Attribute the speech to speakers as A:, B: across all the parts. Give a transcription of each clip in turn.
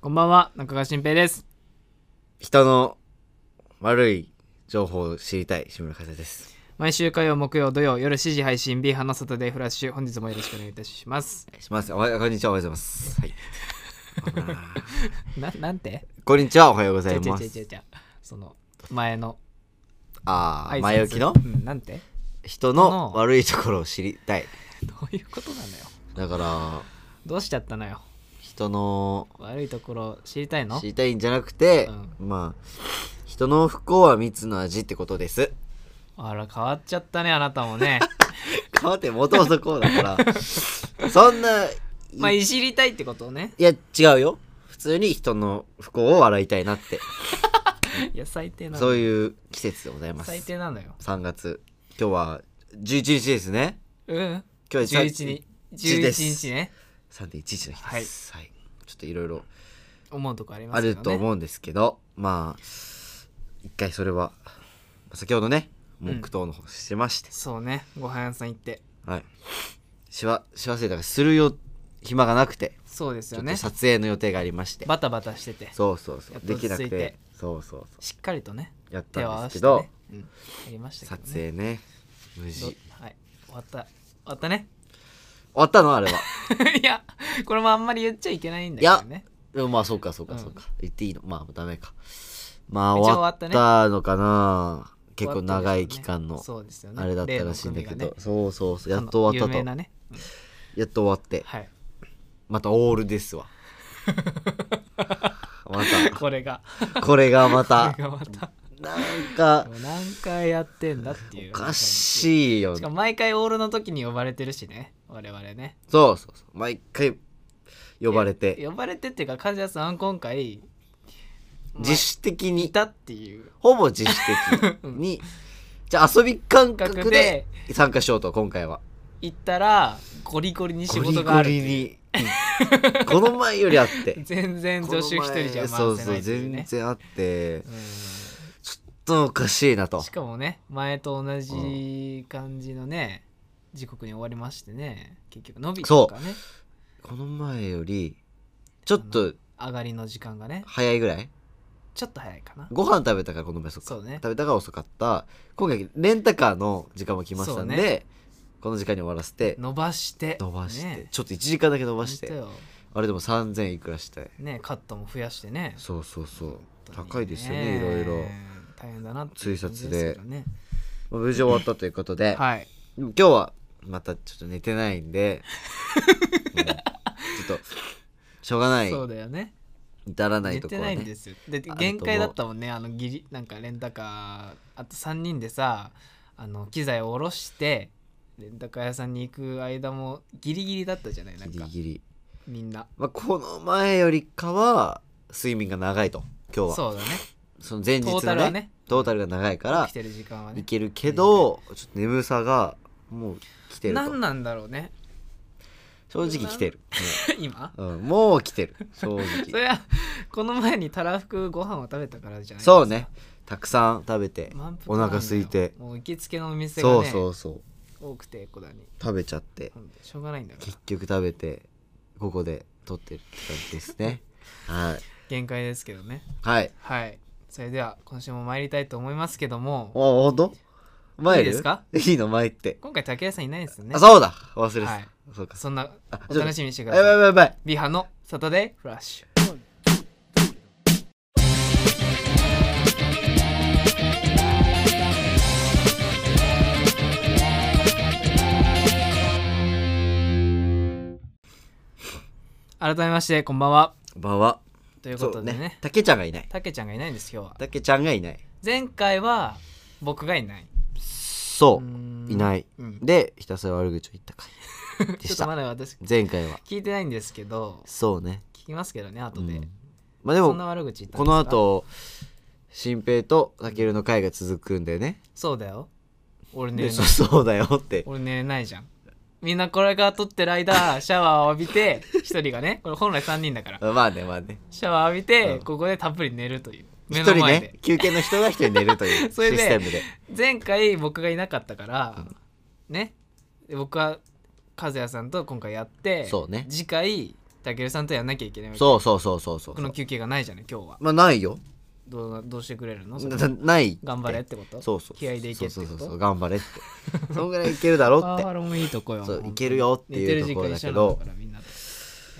A: こんばんは、中川新平です。
B: 人の悪い情報を知りたい志村和也です
A: 毎週火曜、木曜、土曜、夜7時配信 B 花外でフラッシュ。本日もよろしくお願いいたします
B: お。願いしますおはようこんにちはおはようございますはい 危なー
A: な、なんて
B: こんにちはおはようござい
A: ちゃ
B: ま
A: ちゃちゃ
B: す
A: ちゃ。その、前の
B: あ
A: 挨
B: あ
A: 拶
B: 前置きの
A: うん、なんて
B: 人
A: の
B: の悪いところを知りたい
A: どういうことなのよ。
B: だから
A: どうしちゃったのよ。
B: 人の
A: 悪いところ知りたいの
B: 知りたいんじゃなくて、まあ人の不幸は蜜の味ってことです
A: あら、変わっちゃったね、あなたもね。
B: 変わってもともとこうだからそんな、
A: まあ、
B: い
A: いじりたいってことね。
B: や違うよ普通に人の不幸を笑いたいなって
A: いや、最低なの
B: そう
A: う
B: いう季節でございます
A: 最低なのよ。
B: 3月今日は11日ですね
A: うん。
B: 今日は
A: 11日。
B: 11です
A: 11日ね。
B: 3.11の日です、はいちょっといろいろ
A: 思うとこありま
B: あ
A: すけど
B: る
A: ね。
B: と思うんですけどまあ一回それは先ほどね黙祷の方してまして、
A: そうね。ご飯屋さん行って。
B: はいしわしわせだからするよ暇がなくて
A: そうです
B: ちょ
A: よ
B: っと
A: ね。
B: 撮影の予定がありまして
A: バタバタしてて。
B: そうそうそ
A: やっ
B: う
A: と
B: で
A: 落ち着
B: き
A: い
B: な
A: て
B: くてそうそうそ
A: しっかりとね
B: うやっ
A: 手を
B: た
A: 合
B: んで
A: わ
B: す
A: せて、
B: けど、
A: ねうん、やりましたけど、
B: 撮
A: ね、
B: 影ね無事
A: ど
B: 終
A: はい終わった終わったね
B: わったのあれは
A: いやこれもあんまり言っちゃいけないんだけどね
B: でもまあそうかそうかそうか、言っていいのまあダメかま
A: 一
B: あ
A: 応終
B: 終
A: わ
B: わ
A: っ
B: った
A: ね
B: たのかな結構
A: 終わってるでしょうね
B: 長い期間の
A: そうですよね
B: あれだったらしいんだけ
A: 例
B: ど、
A: の組
B: そうそうそう
A: が
B: や
A: ね
B: っと終わ
A: あの有名
B: った
A: な
B: と
A: ね、うん
B: やっと終わって
A: はい
B: またオールです わま
A: これが
B: たこれが ま
A: こ
B: た
A: れがまた
B: なんか
A: 何回やってんだっていう
B: おかしいよ
A: しか
B: ね
A: も毎回オールの時に呼ばれてるしね我々ね
B: そうそうそう毎回呼ばれて
A: 呼ばれてっていうか和也さん今回
B: 自主的
A: にい
B: に
A: たっていう
B: ほぼ自主 的にじゃあ遊び感
A: 感
B: 覚
A: 覚
B: で
A: で
B: 参加しようと今回は
A: 行ったらゴリゴリに仕
B: ゴリ
A: 事が
B: ゴ
A: あるって
B: リ
A: いう
B: にこの前よりあって
A: 全然助手一人じゃ
B: そ
A: 回
B: う
A: せ
B: そ
A: ないうっていう
B: 全
A: ね
B: 然あって
A: うん
B: ちょっとおかしいなと
A: しかもね前と同じ感じのね時刻に終わりましてね結局伸びとかね
B: この前よりちょっと
A: 上がりの時間がね
B: 早いぐらい
A: ちょっと早いかな
B: ご飯食べたからこの前そっか
A: そうね
B: 食べたから遅かった今回レンタカーの時間も来ましたんで、
A: そう
B: この時間に終わらせて
A: 伸ばして
B: 伸ばして、
A: ね
B: ちょっと1時間だけ伸ばし
A: ほん
B: て
A: とよ
B: あれでも3000いくらして
A: ねカットも増やしてね
B: そうそうそう
A: 本当に
B: 高いですよねいろいろ、
A: 大変だなっていう感じすけどね
B: まあ無事終わったということで、
A: はい
B: でも今日はまたちょっと寝てないんで、うんちょっとしょうがない
A: そうだよね
B: 至らない
A: 寝
B: とこ
A: て
B: ろ
A: な
B: はい
A: ん
B: ね
A: ですよで
B: と思う
A: 限界だったもんねあのギリなんかレンタカーあと3人でさあの機材を下ろしてレンタカー屋さんに行く間もギリギリだったじゃないなん
B: ギ
A: か
B: リギリ、
A: みんな
B: まあ、この前よりかは睡眠が長いと今日は
A: そうだね
B: その前日
A: ト
B: の
A: ータルはね
B: トータルが長いから
A: 起きてる時間はいね
B: けるけどちょっと眠さがもう来てると
A: 何なんだろうね
B: 正直来てる、
A: 今
B: うんうんもう来てる正
A: そ
B: 直
A: れはこの前にたらふくご飯を食べたからじゃない
B: そうねたくさん食べて
A: 満腹
B: お
A: なんだよ
B: 腹空いて
A: もう行きつけのお店がね
B: そうそうそう
A: 多くてこだに
B: 食べちゃって
A: うんしょうがないんだから
B: 結局食べてここで撮ってるって感じです ねはい
A: 限界ですけどね
B: はい
A: はいそれでは今週も参りたいと思いますけども
B: あほんと参る
A: いいですか
B: いいの前って、
A: 今回竹谷さんいないですよね
B: あそうだ忘れてた、
A: はい
B: そうか
A: そんな
B: あ
A: お楽しみにしてくだ
B: やばいや
A: さい
B: ばいやばい
A: ビハのサタデーフラッシュ改めましてこんばんは
B: こんばんは
A: ということで
B: そう
A: ね
B: たけちゃんがいない
A: たけ、ちゃんがいないんです今日は
B: たけちゃんがいない
A: 前回は僕がいない
B: そう
A: ー
B: うんいない、
A: うん
B: でひたすら悪口を言ったかで
A: ちょっ
B: し
A: と
B: た
A: まだ私
B: 前回は
A: 聞いてないんですけど
B: そうね、
A: 聞きますけどね
B: う
A: 後
B: ん
A: で、
B: まあで
A: そんな
B: も
A: 悪口言ったん
B: こ
A: です
B: の
A: か
B: 後新平とたけるの会が続くんだよね
A: そうだよ俺寝
B: で
A: れ
B: そ
A: ない
B: そうだよって
A: 俺寝れないじゃんみんなこれから撮ってる 間シャワーを浴びて一人がねこれ本来3人だから
B: まあねまあね
A: シャワー浴びて、
B: うん
A: ここでたっぷり寝るという
B: 一
A: 目の
B: 人
A: 前
B: ね
A: で、
B: 休憩の人が一人寝るという シ
A: それで
B: ステムで。
A: 前回僕がいなかったから、ねで僕は和也さんと今回やって
B: そうね
A: 次回たけるさんとやんなきゃいけないわけ
B: そうそうそうそうそう
A: 僕の休憩がないじゃない今日は
B: まあないよ
A: どうなどうしてくれるのそれ
B: なないって
A: 頑張れってこと
B: そうそう
A: 気合いでいけってこと
B: そうそうそうそう頑張れっ てそんぐらいいけるだろ
A: パ
B: うっ
A: ワ
B: て
A: ハラもいいとこよ
B: そう
A: 本当に
B: いけるよっていうところだけど
A: 寝てる時間一緒なんだからみんなと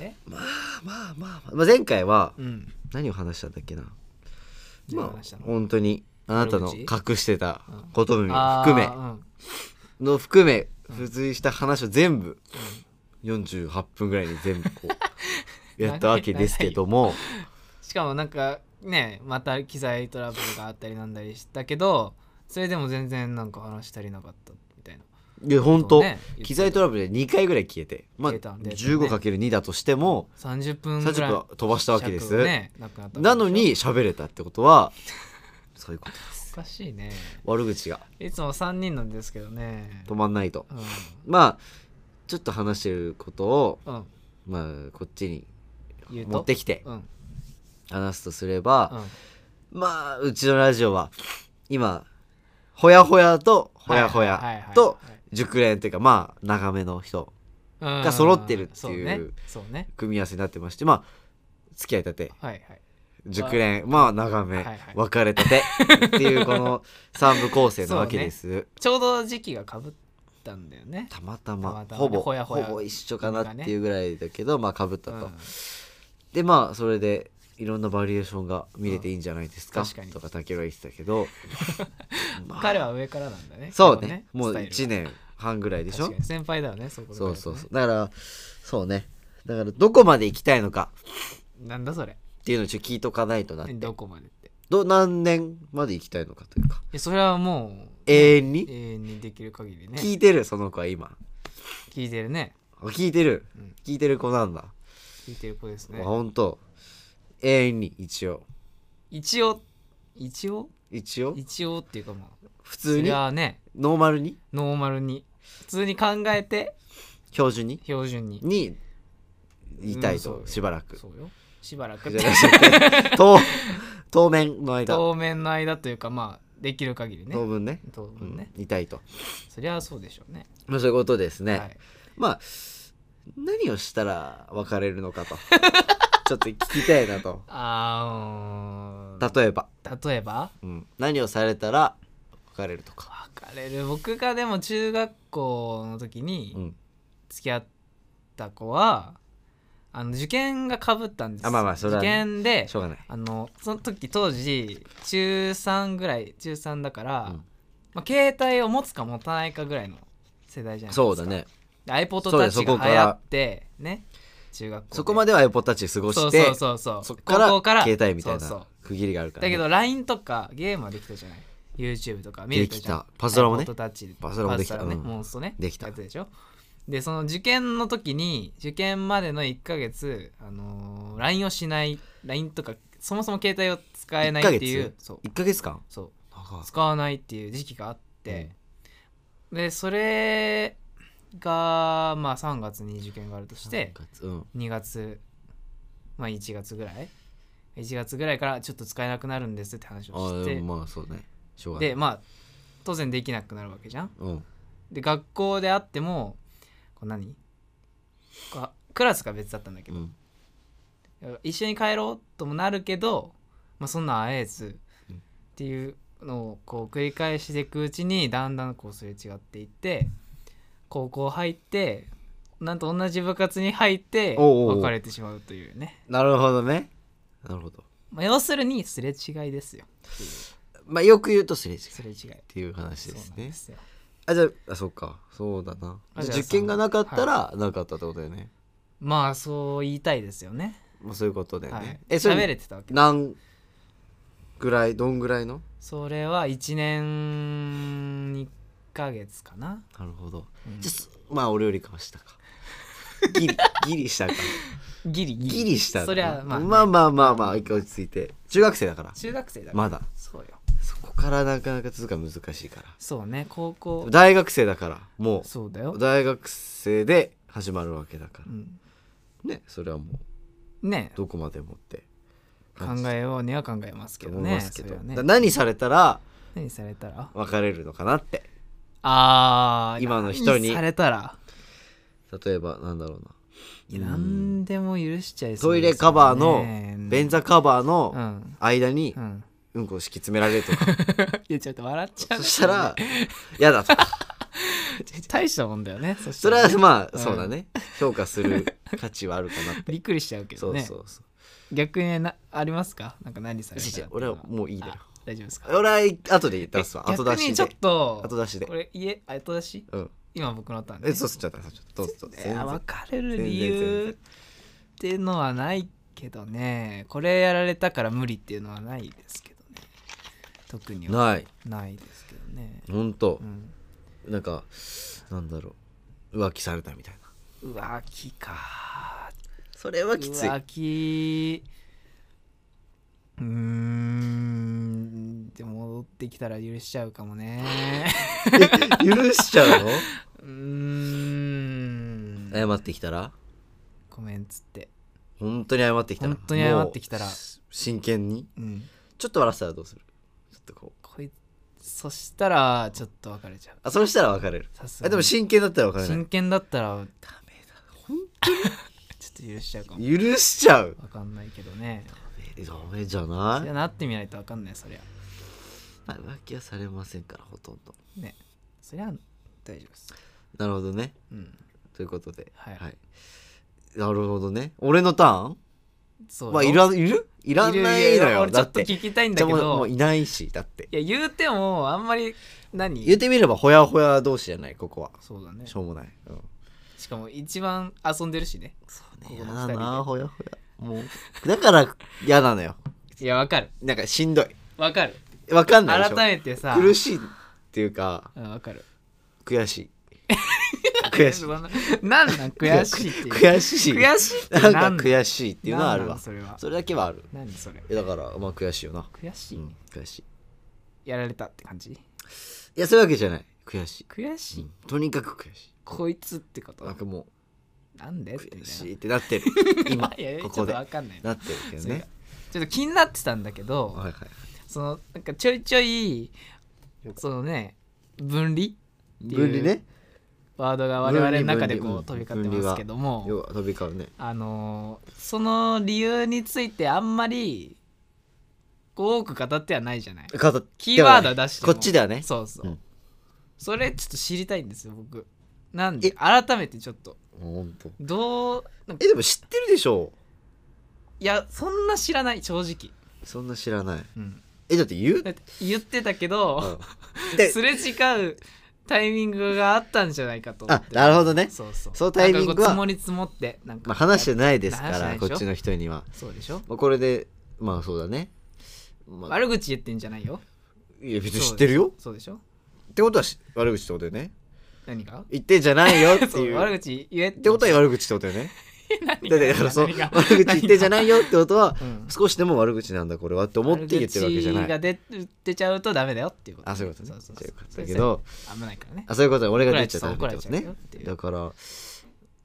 A: え
B: まあまあ、まあ、前回は
A: うん
B: 何を話したんだっけな、
A: 何を
B: ま
A: 話した
B: あ
A: の
B: 本当にあなたの
A: 悪
B: 隠してたことも含め
A: あ
B: の含め付随した話を全部48分ぐらいに全部 こうやったわけですけど
A: ー
B: も
A: うんしかもなんかねまた機材トラブルがあったりなんだりしたけどそれでも全然なんか話足りなかったみたいない
B: や本当
A: ね
B: 機材トラブルで2回ぐらい消えて、まあ、
A: 消えたんでね
B: 15×2 だとしても
A: 30分ぐらい
B: 30分飛ばしたわけです、
A: 尺がねなくなったわけでしょ
B: なのに喋れたってことは そういうことです
A: おかしいね
B: 悪口が
A: いつも3人なんですけどね
B: 止まんないと
A: うん
B: まあちょっと話してることを、
A: うん
B: まあ、こっちに
A: 言うと
B: 持ってきて
A: うんうん
B: 話すとすれば、まあうちのラジオは今ほやほやとほやほ
A: はいはいはいは
B: や
A: い
B: と熟練というかまあ長めの人
A: が
B: が揃ってるっていう
A: そうねそうね
B: 組み合わせになってましてまあ付き合いたて
A: はいはい
B: 熟練まあ長め、
A: はいはい
B: 別れたてっていうこの3部構成なわけです、
A: ちょうど時期がかぶったんだよね
B: たまた
A: た
B: ま
A: またま
B: ほぼ
A: ほやほや
B: ぼ一緒かなっていうぐらいだけど、まあかぶったと、でまあそれでいろんなバリエーションが見れていいんじゃないですか,、
A: うん確かに
B: とか竹は言ってたけど、まあ
A: 彼は上からなんだね
B: そうねもう1
A: 一
B: 年半ぐらいでしょ
A: 先輩だよねそこ
B: そうそうそううだからそうねだからどこまで行きたいのか
A: なんだそれ
B: っていうのをちょっと聞いとかないとな
A: どこまでって
B: ど何年まで行きたいのかというか
A: えそれはもう
B: 永遠に
A: 永遠にできる限りね
B: 聞いてるその子は今
A: 聞いてるね
B: あ聞いてる、
A: うん
B: 聞いてる子なんだ、
A: 聞いてる子です
B: ま
A: ね
B: あほんと永遠に一応
A: 一応一応
B: 一応
A: 一応っていうかまあ
B: 普
A: そ
B: 通に
A: れはね
B: ノーマルに
A: ノーマルに普通に考えて
B: 標準に
A: 標準に
B: にいたい
A: うんそう
B: と
A: よ
B: しばらく
A: そうよしばらく
B: じゃなくて当当面の間
A: 当面の間というかまあできる限りね
B: 当分ね
A: 当
B: うん
A: 分ね、
B: いたいと
A: そりゃそうでしょうね
B: まあそういうことですね、
A: はい
B: まあ何をしたら別れるのかとちょっと聞きたいなと
A: あー
B: 例えば、
A: うん例えば
B: うん、何をされたら別れるとか、
A: 別れる僕がでも中学校の時
B: う
A: に
B: ん、
A: 付き合った子は、あの受験がかぶったんですよ
B: あまあまあそれはね
A: 受験で
B: しょうがない
A: あのその時当時中3ぐらい中3だから、
B: うん
A: まあ、携帯を持つか持たないかぐらいの世代じゃないですか
B: そうだね
A: で iPod
B: そうだ
A: Touch
B: よそこ
A: が
B: から
A: 流行ってね中学校
B: そこまでは iPod たち過ご
A: そう
B: して
A: そうそうそう
B: そっから
A: 高校
B: 携帯みたい
A: そうそう
B: な区切りがあるか
A: だ
B: ら、
A: け
B: ね、
A: ど LINE とかゲームはできたじゃない YouTube とか見れたじゃん
B: できたパズドラもね
A: iPod タッチ
B: パズドラもできた
A: パズドラね、
B: うん
A: モンストね
B: できた
A: やつでしょでその受験の時に受験までの1ヶ月、あのー LINE をしない LINE とかそもそも携帯を使えないってい
B: 1
A: う
B: ヶ月
A: そう
B: 1ヶ月間
A: そう
B: 長い
A: 使わないっていう時期があって、でそれがまあ3月に受験があるとして
B: 三月うん
A: 2月まあ1月ぐらい1月ぐらいからちょっと使えなくなるんですって話
B: あ
A: をして
B: ーまあそうねしょうがない
A: でまあ当然できなくなるわけじゃん
B: うん
A: で学校であってもこう何こうクラスが別だったんだけ
B: う
A: ど、
B: ん
A: 一緒に帰ろうともなるけど、まあ、そんなん会えず
B: うん
A: っていうのをこう繰り返していくうちにだんだんこうすれ違っていって高校入ってなんと同じ部活に入って
B: おうおうおう
A: 別れてしまうというね
B: なるほどねなるほど
A: まあ、要するにすれ違いですよっていう
B: まあよく言うとすれ違いっ
A: すれ違い
B: ていう話
A: そう
B: です
A: なん
B: ね
A: ですよ
B: あじゃああそっかそうだな
A: あ
B: じ
A: じ
B: ゃ
A: ゃ
B: あ
A: あ
B: 実験がなかったらなかったってことだよね、
A: まあそう言いたいですよね
B: まあ、そういうことだよ
A: は
B: ね、
A: い
B: えそ
A: 喋
B: れ
A: れてたわけ
B: 何ぐらいどんぐらいの
A: それは1年2ヶ月かな、
B: なるほど、
A: うん
B: じゃあすまあ俺よりかはし たかギリギリしたか
A: ギリギ
B: ギリしたか
A: そりゃまあね、
B: まあまあまあまあ一回落ち着いて中学生だから
A: 中学生だから
B: まだ
A: そうよ
B: そこからなかなか続くのは難しいから
A: そうね高校
B: 大学生だからも
A: そうだ
B: う
A: よ、
B: 大学生で始まるわけだか
A: うん、
B: らねそれはもう
A: ね
B: どこまで持って
A: 考えようには考えますけど
B: 思い
A: ね
B: ますけ
A: そ
B: ど、
A: れはね
B: だ何されたら
A: 何されたら
B: 別れるのかなって
A: あー
B: 今の人に
A: 何されたら
B: 例えばなんだろうな
A: いや何でも許しちゃいそう
B: トイ
A: ですよね
B: レカバーの便座カバー
A: う
B: の
A: ん
B: 間に
A: うん
B: うんこを敷き詰められるとか
A: い やちょっと笑っちゃう
B: そしたら嫌だとか
A: 大したもんだよねそし
B: そ
A: た
B: れ
A: ら
B: はま
A: う
B: あ
A: ん
B: そうだね評価する価値はあるか なって
A: びっくりしちゃうけ
B: そ
A: ど
B: う
A: ね
B: そうそう
A: 逆になありますかなんか何され
B: じいちゃ
A: た
B: ん俺はもういいだろ
A: あ大丈夫ですか
B: 俺は後で出すわ
A: え
B: 後出
A: 逆に
B: し
A: ちょっ
B: で
A: と
B: 後出しで
A: これ家後出し
B: うん
A: 今僕のターンね
B: えそうそうちょっとちょっとどうぞどうぞ
A: えー
B: 全
A: 別れる理
B: 全然全
A: 由
B: 然
A: っていうのはないけどねこれやられたから無理っていうのはないですけどね特に
B: 然
A: は
B: ない
A: ないですけどね
B: ほんと
A: うん
B: なんかなんだろう浮気されたみたいな
A: 浮気か
B: それはきつい
A: 浮気うーんで戻ってきたら許しちゃうかもね
B: 許しちゃうの
A: うーん
B: 謝ってきたら
A: ごめんっつって
B: 本当に謝ってきたら
A: 本当に謝ってきたら
B: もう真剣に
A: うん
B: ちょっと笑ってたらどうするちょっとこう
A: こいそしたらちょっと別れちゃう
B: あそれしたら別れる
A: さすが
B: あ
A: に
B: でも真剣だったら別れな
A: 真
B: い
A: 剣だったらダメだ本当にちょっと許しちゃうかも
B: 許しちゃう
A: わかんないけどね
B: えダメじゃ
A: そ
B: な
A: り
B: い
A: ゃなってみないとわかんないそりゃ
B: はい浮気はされませんからほとんど
A: ねそりゃ大丈夫です
B: なるほどね
A: うん
B: ということで
A: はい
B: なるほどね俺のターン
A: そうよ
B: まあいらんいるいらないのよ
A: 俺ちょ
B: だ
A: っ
B: っ
A: と
B: て
A: 聞きたいん
B: じ
A: だ
B: ゃあ
A: け
B: もうも
A: ど
B: ういないしだって
A: いや言うてもあんまり何
B: 言ってみればほやほや同士じゃないここは
A: そうだね
B: しょうもない、うん、
A: しかも一番遊んでるしね
B: そう
A: こ
B: ね
A: こ
B: や
A: の
B: だ
A: 二人
B: な
A: で
B: ほやほやもうだから嫌なのよ
A: いやわかる
B: なんかしんどい
A: わかる
B: わかんないでし
A: 改
B: ょ
A: めてさ
B: 苦しいっていうか
A: うんわかる
B: 悔しい悔しい
A: そんななんなん 悔しいっていう
B: 悔しい
A: 悔しいって
B: な
A: 何
B: んか
A: なん
B: 悔しいっていうのはある
A: なんな
B: わ
A: んそれは
B: それだけはある
A: 何それ
B: えだからまあ悔しいよな、
A: 悔し
B: う
A: い、
B: ん、悔しい
A: やられたって感じ
B: いやそういうわけじゃない悔しい、
A: 悔し
B: う
A: い、
B: ん、とにかく悔し
A: こいつってこ
B: い
A: と
B: なんかも
A: なんで
B: う
A: ってみ
B: 悔
A: た
B: し
A: い
B: いってな ってる今
A: ないやいや
B: こ
A: ちょ
B: こ
A: っと
B: で
A: わかんないな
B: なってるけど
A: それ
B: ね
A: がちょっと気になってたんだけど、
B: はいはい
A: そのなんかちょいちょいそのね分離
B: 分離ね
A: ワードが我々の中でこう
B: 分離
A: 飛び
B: 分離
A: 交ってますけど
B: 要
A: も
B: は飛び交うね
A: あのーその理由についてあんまり多く語ってはないじゃない
B: 語って
A: キーワードは出しても
B: こっちではね
A: そうそう、
B: うん
A: それちょっと知りたいんですよ僕なん
B: え
A: で改めてちょっと
B: ほんと
A: どうなんか
B: えでも知ってるでしょ
A: いやそんな知らない正直、
B: そんな知らない
A: うん、
B: えだって 言う
A: だって言ってたけど、
B: うんです
A: れ違うタイミングがあったんじゃないかと思
B: あ
A: って
B: なるほどね
A: そうそう
B: そのタイミング
A: な
B: は
A: んかこう積もり積もってなんか、
B: まあ話してないですか
A: 話してない
B: ら
A: で
B: こ
A: しょ
B: っちの人には
A: そうでしょ
B: まあこれでまあそうだねまあ
A: 悪口言ってんじゃないよ
B: いや別に知ってるよ
A: そうでしょ
B: ってことはし悪口ってことだよね
A: 何が
B: 言ってんじゃないよって
A: そう
B: いう
A: 悪
B: っ
A: 口言えって
B: てことは
A: よ
B: 悪口ってことだよね
A: 何
B: だ
A: が
B: ってだからそう悪
A: 何が
B: 口言ってんじゃないよってことは
A: 何がうん
B: 少しでも悪口なんだこれはって思って言ってるわけじゃな
A: 悪口
B: い
A: が出出ちゃうとダメだよっていうこと
B: あそういうことね
A: そう
B: じゃあよかったけ
A: そう
B: ど
A: そう危ないからね
B: あそういうことね俺が出ちゃった
A: 怒ら
B: っ
A: れち
B: てこ
A: ゃう怒
B: と
A: られちゃう
B: ね
A: よっていう
B: だからど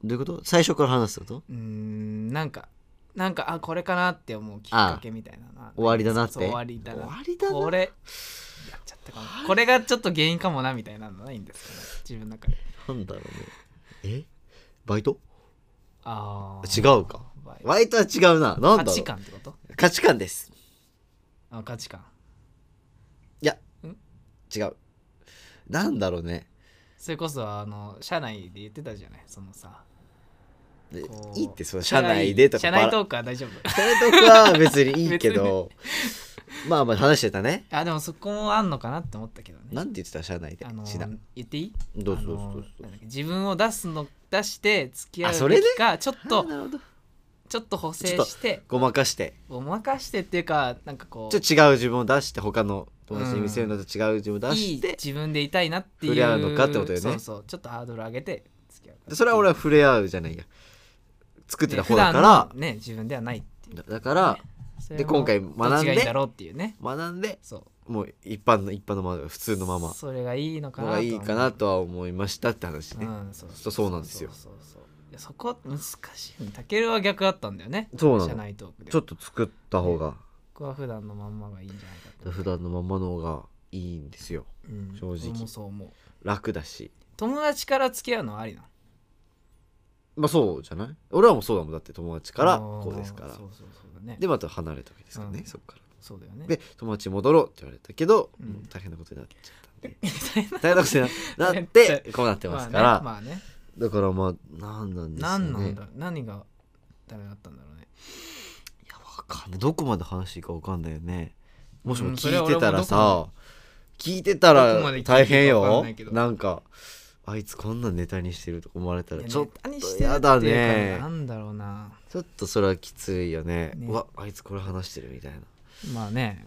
B: ういうこと最初から話すってこと
A: うーんなんかなんかあこれかなって思うきっかけみたいなのは
B: 終わりだなって
A: そう終わりだ
B: 終
A: な
B: わりだな
A: これやっちゃったかもこれがちょっと原因かもなみたいなのないんですかね自分の中で
B: なんだろうねえバイト
A: ああ
B: 違うか
A: バイ
B: バイトは違うななんだろう
A: 価値観ってこと
B: 価値観です
A: あ価値観
B: いや
A: ん
B: 違うなんだろうね
A: それこそあの社内で言ってたじゃないそのさ
B: で
A: こう
B: いいってその社内でとか
A: 社
B: バ
A: 内
B: ラ
A: トークは大丈夫
B: 社内トークは別にいいけどまあまあ話してたね
A: あでもそこもあんのかなって思ったけどね
B: なんて言ってた社内で
A: あの
B: しな
A: 言っていい
B: どうぞ
A: あの
B: どうぞどうぞ
A: なんだっけ自分を出すの出して付き合
B: あ
A: う
B: それ
A: べ
B: で
A: きかちょっ
B: あ
A: と
B: なるほど
A: ちょっと補正して
B: ごまかして
A: ごまかしてっていうかなんかこ
B: ちょっ
A: う
B: と違う自分を出して他の友達に見せるのと違う自分を出
A: い
B: し
A: い
B: て、
A: 自分でいたいなっていう
B: 触れ合うのかってことだよね
A: そうそうちょっとハードル上げて付き合う
B: でそれは俺は触れ合うじゃないや作ってた方
A: ね
B: だ
A: 普
B: か
A: 段
B: ら
A: のね自分ではないっていう
B: だだから
A: それ
B: で
A: も
B: 今回学ん
A: どっちがいいんだ
B: で
A: ろうっていうね
B: 学んで
A: そう
B: もう一般の一般のまま普通のまま
A: それがいいのか
B: の
A: な
B: がいいかなとは思いましたって話ね、
A: うん、そう
B: そうそうなんですよ
A: そうそうそういやそこ難しいねたけるは逆だったんだよね
B: そうな
A: 社
B: の
A: 内トークで
B: ちょっと作った方が
A: 僕は普段のまんまがいいんじゃないかって
B: 普段のままの方がいいんですよ
A: うん
B: 正直
A: 俺もそう思う
B: 楽だし
A: 友達から付き合うのはありなの
B: まあそうじゃない俺らもそうだもんだって友達からこうですか
A: あー
B: ら
A: そうそうそうだね
B: でまた離れたわけですからね、
A: うん
B: そっから
A: そうだよね
B: で友達に戻ろうって言われたけど、
A: うん
B: もう大変なことになっちゃったんで
A: 大変な
B: 大変なことにななっ
A: 大
B: てこうなってますから、
A: まあね,、
B: だからまあ何なんです
A: ま
B: よ
A: あね、何
B: ね
A: なんだ何がダメだったんだろうね
B: わかんないどこまで話していいかわかんないよねもしも
A: うんそ
B: 聞
A: れはい
B: てたら
A: 俺
B: さ、聞いてた
A: ど
B: ら
A: こまで聞いていいか
B: 大変
A: わかん
B: よ
A: ないけど
B: なんかあいつこんなネタにしてると思われたら
A: いや
B: ちょっ
A: ネタに
B: と
A: してるってい
B: や
A: うか
B: だね
A: なんだろうな
B: ちょっとそれはきついよね
A: ね
B: うわあいつこれ話してるみたいな
A: まあね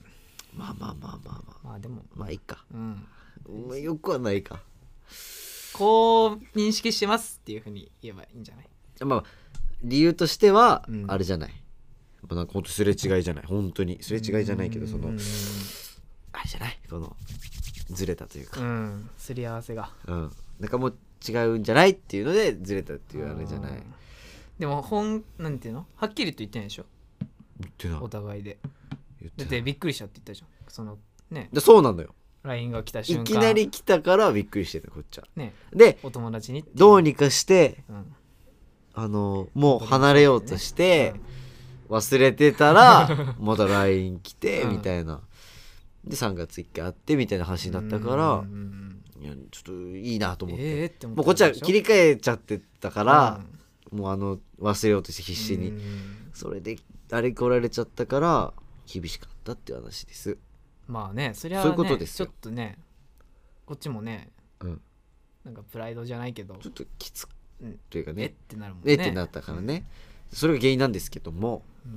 B: まあまあまあまあまあ
A: まあでも
B: まあいいか、
A: うん
B: まあ、よくはないか
A: こう認識してますっていうふうに言えばいいんじゃない
B: まあ理由としては
A: うん
B: あれじゃない、まあなんかほんとすれ違いじゃない本当にすれ違いじゃないけどその
A: うん
B: あれじゃないこのずれたというか
A: うんすり合わせが
B: うん、なんかもう違うんじゃないっていうのでずれたっていうあれじゃない
A: うんでも本なんていうのはっきりと言ってないでしょ
B: 言ってない
A: お互いで
B: 言っ
A: だってて
B: ない
A: びっくりしたって言ったじゃんそのね
B: でそうなのよ
A: LINE が来た瞬間
B: いきなり来たからびっくりしてたこっちは
A: ね
B: で
A: お友達にってい
B: どう、にかして
A: うん
B: あのもう離れようとして忘れて たらまた LINE 来て
A: うん
B: みたいなで3月1回会ってみたいな話になったか
A: う
B: ら
A: んうんうん
B: いやちょっといいなと思って
A: ええって思
B: もうこっちは切り替えちゃってた
A: か
B: か
A: ら
B: もうあの忘れようとして必死にそれであれ来られちゃったから厳しかったっていう話です。
A: まあねそりゃ、ね、
B: そういうことです
A: ちょ
B: よ
A: っとねこっちもね
B: うん、
A: なんかプライドじゃないけど
B: ちょっときつ
A: うん
B: というか
A: えっ
B: ね
A: てなるもん
B: え
A: ね
B: ってなったからねそれが原因なんですけども
A: うー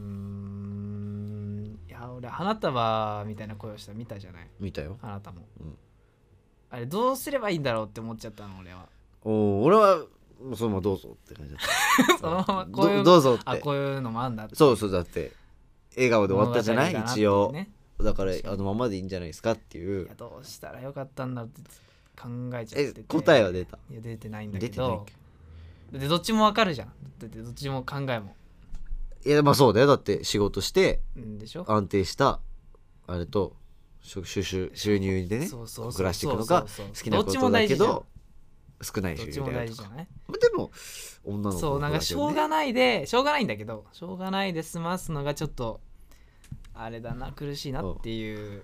A: んいや俺花束みたいな声をした見たじゃない
B: 見たよ。
A: あなたも、
B: うん
A: あれどうすればいいんだろうって思っちゃったの俺は
B: おー俺はもうそのままどうぞって感じだっ た。
A: そのままこういう
B: どどうぞっ
A: あ
B: て
A: こういうのもあんだって
B: そうそうだって笑顔で終わったじゃない
A: 物語だって
B: 一応、
A: ね
B: だからあのままでいいんじゃないですかってい
A: いうやどうしたらよかったんだろうって考えちゃっ
B: え
A: てて
B: 答えは出た
A: いや出てないんだけ
B: 出てないっ
A: どだってどっちもわかるじゃんだってどっちも考えも
B: けいやまあそうだよだって仕事して
A: うんでしょ
B: 安定したあれと収収収収入でね
A: そうそうそう
B: 暮らしていくのが
A: そうそうそう
B: 好きなことだけど少ない
A: どっ
B: 収
A: ち
B: 入
A: も
B: であ
A: 大
B: る
A: 事じゃ
B: とか
A: ない
B: まあでも女の子の子
A: そうなんかしょう
B: だ
A: がないでしょうがないんだけどしょうがないで済ますのがちょっとあれだな苦しいなっていう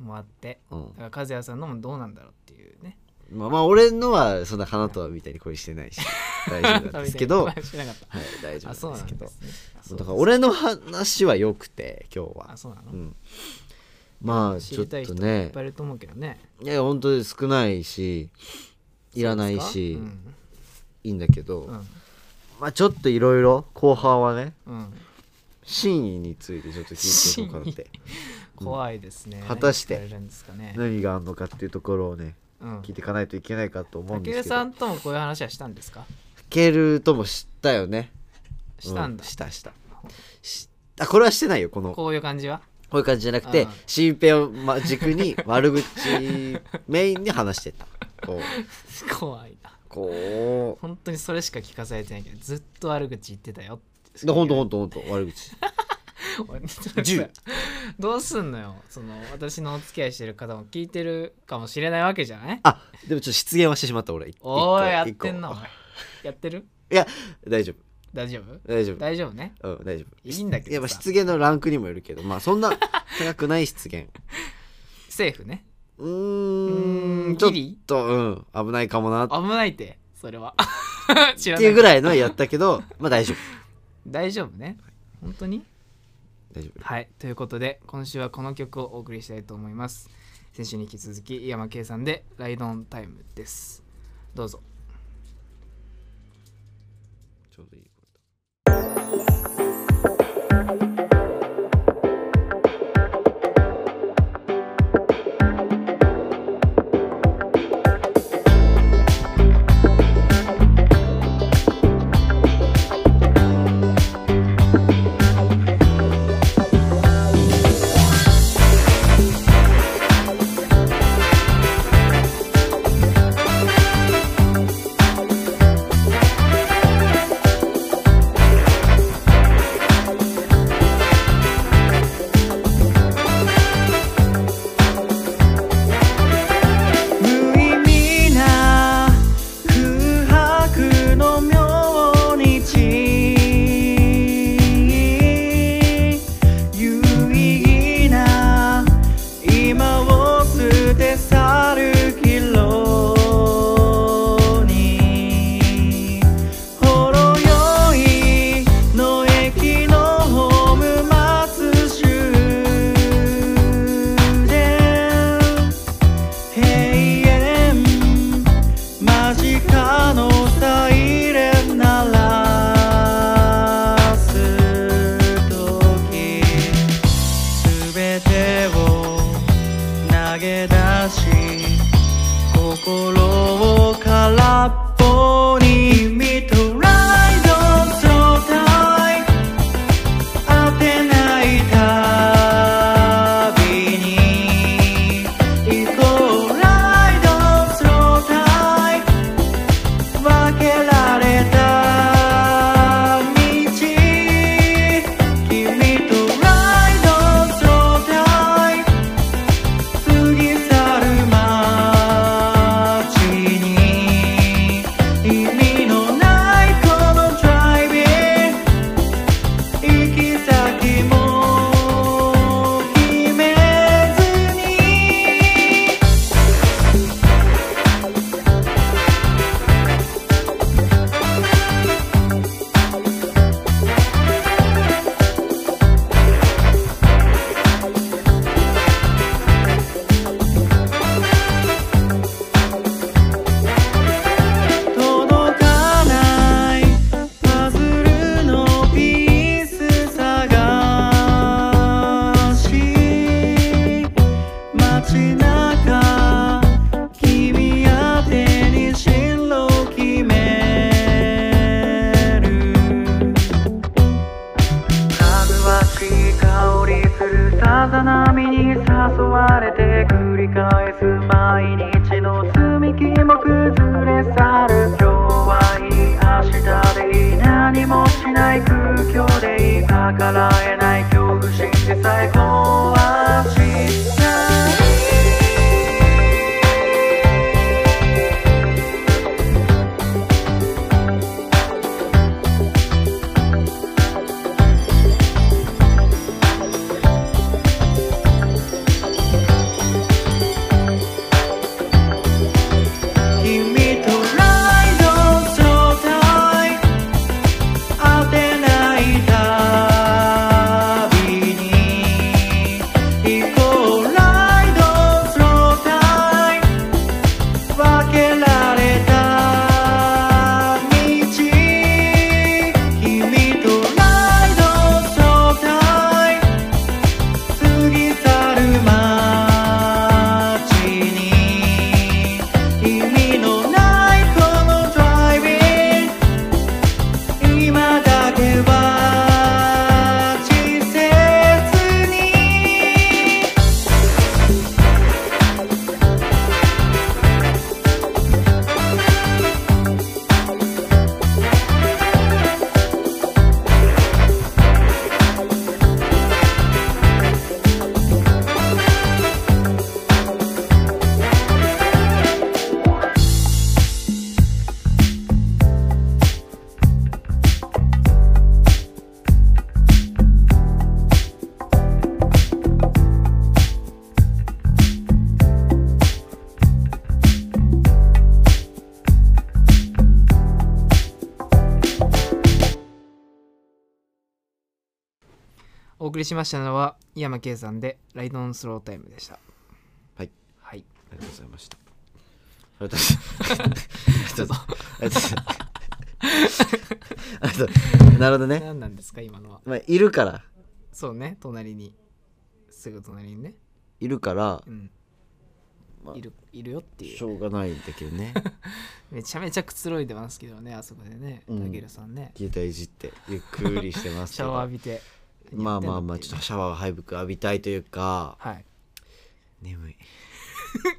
A: もあって
B: けどね
A: だから和也さんのもどうなんだろうっていうね
B: うん、まあまあ俺のはそんな花束みたいに恋し てないし大丈夫なんですけど、はい、
A: 知らなかっ
B: 大丈
A: たあ
B: 夫
A: そう
B: なん
A: な
B: です
A: ん
B: けど
A: ですねあ
B: そ
A: そうう
B: だから俺の話は良くて今日は
A: あ、そうなの、
B: う
A: いっ
B: ん、まあ
A: 知
B: ちょっ
A: りたい
B: と
A: 人
B: ね
A: ぱいいると思うけどね
B: いや本当に少ないしいらないし、
A: うん
B: いいんだけど、
A: うん
B: まあちょっといろいろ後半はね
A: うん
B: 真意についてちょっと聞いていこうかなって
A: 怖いですね、
B: 果たして
A: 何聞かれるんですかね、
B: 何があるのかっていうところをね
A: うん
B: 聞いていかないといけないかと思う
A: た
B: ん
A: け
B: です
A: る
B: け
A: さ
B: ど
A: んともこういう話はしたんですか
B: けるとも知ったよね
A: したんだ、
B: うしたしたしあこれはしてないよこのこ
A: こういう感じは
B: ういう感じじゃなくて
A: うん
B: 新平を、ま、軸に悪口メインに話し てたこう
A: 怖いな
B: こ
A: 本当にそれしか聞かされてないけどずっと悪口言って たよ
B: うでほんとほんとほんと悪口
A: 俺ちょっと
B: 10
A: どうすんのよその私のお付き合いしてる方も聞いてるかもしれないわけじゃない
B: あでもちょっと失言はしてしまった俺一
A: おい
B: 一個
A: やってんなお
B: 一
A: いやってる
B: 個いや大丈夫
A: 大丈夫
B: 大丈夫
A: 大丈夫ね
B: うん大丈夫
A: いいんだけどさ
B: やっぱ失言のランクにもよるけどまあそんな高くない失言
A: セーフね
B: うー
A: うー
B: ん
A: ん
B: ちょっ
A: ギリ
B: とうん危ないかもなっ
A: 危ないってそれは 知ら
B: て
A: ないいう
B: ぐらいのやった けどまあ大丈夫
A: 大丈夫ね本当に
B: 大丈夫
A: はいということで今週はこの曲をお送りしたいと思います先週に引き続き井山圭さんで「ライドオンタイム」ですどうぞ
B: ちょうどいいこと
C: 「な波に誘われて繰り返す毎日の積み木も崩れ去る今日はいい明日でいい何もしない空虚でいい逆らえない恐怖心で最高は明日君とライド状態当てない旅に行こうライド状態分けられた道君とライド状態過ぎ去る街に意味のないこのドライビング今だけは稚拙に
A: お送りしましたのは井山圭さんで「ライドオンスロータイム」でした
B: はい
A: はい
B: ありがとうございましたありがとうございま したありがとうございましたありがとうございましたありがとうございましたなるほどね
A: 何なんですか今のは
B: まあいるから
A: そうね隣にすぐ隣にね
B: いるから
A: うん、
B: まあ
A: いるいるよってい
B: し
A: う
B: ょうがないんだけどね
A: めちゃめちゃくつろいでますけどねあそこでね
B: うん
A: たけるさんね
B: 携帯いじってゆっくりしてます
A: シ
B: け
A: ャ
B: ど
A: ワー浴びて
B: まあまあまあちょっと
A: と
B: シャワーを早く浴びたいというか
A: はい
B: 眠い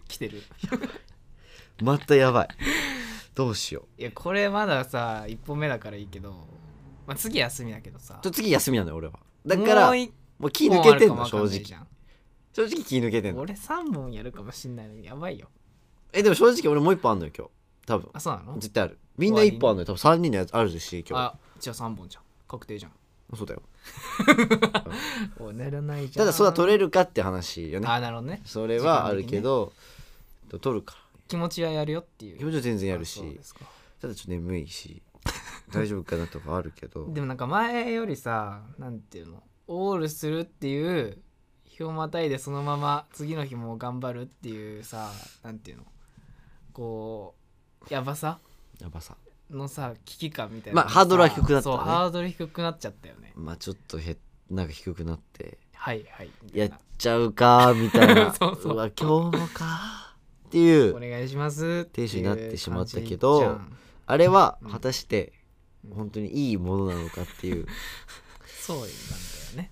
A: 来てる
B: またやばいどうしよ
A: いやこれまださ一本目だからいいけど、まあ、次休みだけどさ
B: うちょ次休みなのよ俺はだから
A: もう
B: も
A: 一
B: う気
A: 本
B: 抜
A: あ
B: け
A: る
B: て
A: か
B: ん
A: も
B: の
A: わかん
B: 正
A: ない
B: 直
A: じゃん
B: 正直気抜けてんの
A: 俺3本やるかもしんないのにやばいよ
B: えでも正直俺もう一本あんのよ今日多分
A: あそうなの
B: 絶対あるみんな一本あんのよ多分3人のやつあるし今
A: あじゃあ3本じゃん確定じゃん
B: 日そうだよ
A: お寝れないじゃ
B: た
A: ん
B: だそれは取
A: れ
B: れるかって話よね
A: あなるほどね
B: それはあるけど、取るか
A: 気持ちはやるよっていう
B: ら気持ちは全然やる
A: あそう
B: し
A: ですか
B: ただちょっと眠いし 大丈夫かなとかあるけど
A: でもなんか前よりさなんていうのオールするっていう日をまたいでそのまま次の日も頑張るっていうさなんていうのこうやばさ
B: やばさ
A: のさ危機感みたい
B: ま
A: な
B: あハードルは低くなった
A: そう
B: ね
A: ハードル低くなっちゃったよね
B: まあちょっとへなんか低くなって
A: はいはいみ
B: やった
A: い
B: ちゃうかみたいな
A: そうそう
B: わ今日もかってい
A: な
B: う
A: お願いしますっていう
B: 亭主になってしまったけど
A: 感じじゃん
B: あれは
A: うん
B: 果たして
A: うん
B: 本当にいいものなのかっていう
A: そうなんだよね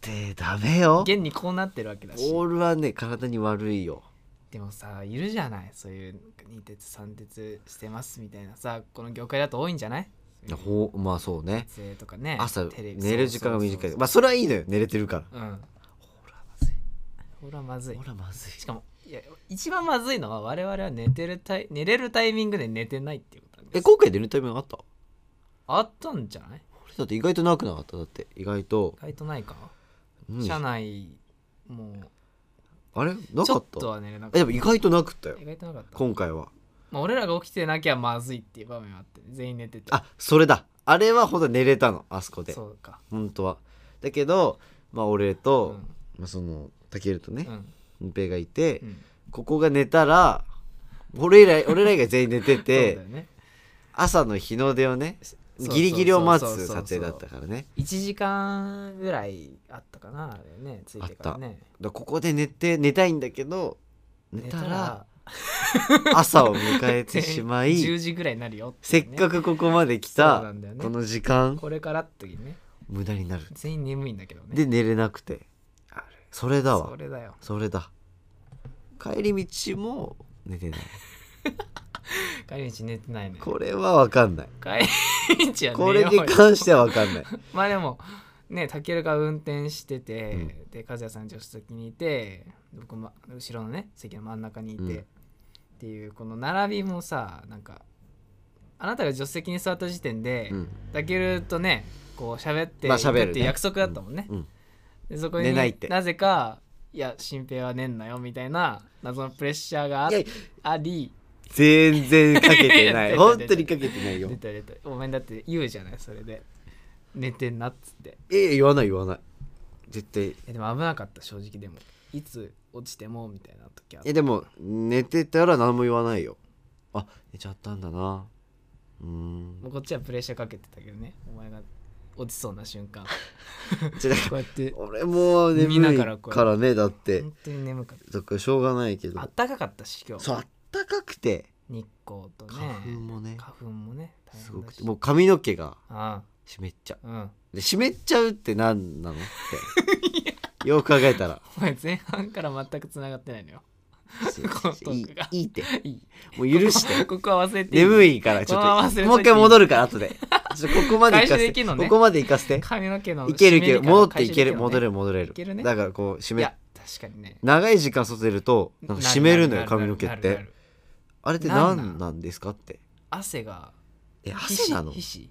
B: でダメよ
A: 現にこうなってるわけだし
B: オールはね体に悪いよ
A: でもさいるじゃないそういう2鉄3鉄してますみたいなさこの業界だと多いんじゃない
B: ほうまあそうね
A: 撮影とかね
B: 朝
A: テレビ
B: 寝る時間が短
A: そう
B: い
A: そう
B: まあそれはいいのよ寝れてるから
A: そううんほらまずい
B: ほらまずい
A: しかもいや一番まずいのは我々は寝てるタイ寝れるタイミングで寝てないっていうことなんです
B: え今回寝るタイミングあった
A: あったんじゃない
B: 俺だって意外と長くなかっただって意外と
A: 意、外とないか、
B: うん
A: 社
B: あ
A: 内も
B: れ
A: う
B: な
A: ち
B: か
A: ょっ
B: っ
A: と
B: た
A: は寝れなかった
B: えでも意外となくったよ
A: 意外となかった、
B: 今回は
A: まあ、俺らが起きてなきゃまずいっていう場面があって全員寝てて
B: あそれだあれはほんと寝れたのあそこで
A: そうか
B: 本当はだけどまあ俺
A: う
B: と、
A: ん
B: まあ、そのたけるとね
A: う、ん
B: うんぺいがいて、
A: うん
B: ここが寝たら俺ら 俺らが全員寝て
A: そうだ
B: て
A: よね
B: 朝の日の出をね
A: そう
B: ギリギリを待
A: そうそう
B: つ
A: そう
B: 撮影だったからね
A: 1時間ぐらいあったかなあれねついてからね
B: だからここで寝て寝たいんだけど寝た
A: 寝
B: ら朝を迎えてしま
A: 10
B: い
A: 時ぐらいになるよ
B: せっか
A: く
B: くここまで来
A: そうな
B: た
A: んだよね
B: この時間
A: これからって時ね
B: 無駄になる
A: 全員眠いんだけどね
B: で寝れなくてそれだわ
A: それだよ
B: それだ帰り道も寝てない
A: 帰り道寝てないね
B: これは分か んない
A: 帰り道は寝よ
B: こ
A: うよ
B: れに関しては分かんない
A: まあでもねたけるが運転してて、
B: うん
A: で和也さん助手席にいて僕も後ろのね席の真ん中にいて、
B: うん
A: っていうこの並びもさなんかあなたが助手席に座った時点で、
B: うん
A: たけるとねこう喋ってい
B: まあ
A: く
B: 喋るね
A: っていう約束だったもんね、
B: うん
A: でそこに
B: 寝ないって
A: ぜかいや新平は寝んなよみたいな謎のプレッシャーがあ
B: いや
A: あり
B: 全然かけてない
A: 出た
B: 本当にかけてないよ
A: 出た出たお前だって言うじゃないそれで寝てんなっつって
B: ええ言わない言わない絶対
A: いやでも危なかった正直でもいつ落ちてもみたいな時は
B: えでも寝てたら何も言わないよあ寝ちゃったんだなう ーん
A: もうこっちはプレッシャーかけてたけどねお前が落ちそうな瞬間こ
B: じゃあだか
A: うやって
B: ら俺もう眠いからねだって
A: 本当に眠かっ
B: だからしょうがないけど
A: たあったかかったし今日
B: そうあったかくて
A: 日光とね
B: 花粉もね
A: 花粉もね大変だし
B: すごくてもう髪の毛が
A: あ
B: 湿っちゃ
A: あうん
B: うで湿っちゃうって何なのってよく考えたら
A: お前前半から全く繋がってないのよこのト
B: い
A: ー
B: い
A: クが
B: いいって
A: いい
B: もう許して
A: ここは忘れていい
B: 眠いからちょ
A: このまま
B: っ
A: 忘れ
B: と
A: といて
B: もう一回戻るから後でちょっとここまで行
A: 回
B: か
A: 収
B: せ
A: でき
B: て、
A: るのね
B: ここまで行かせて
A: 髪の毛の
B: いけるいけ
A: 湿り
B: る
A: から
B: 戻っていける
A: 回収
B: 戻
A: でき
B: れ
A: ね
B: る戻れ
A: いける
B: る
A: ね
B: だからこう湿
A: い
B: っ
A: や確かにね
B: 長い時間外出るとなんか湿るのよ髪の毛
A: な
B: っ
A: るなるな
B: て
A: る
B: あれって
A: なんなん
B: 何なんですかって
A: 汗が
B: え汗なの
A: 皮脂皮脂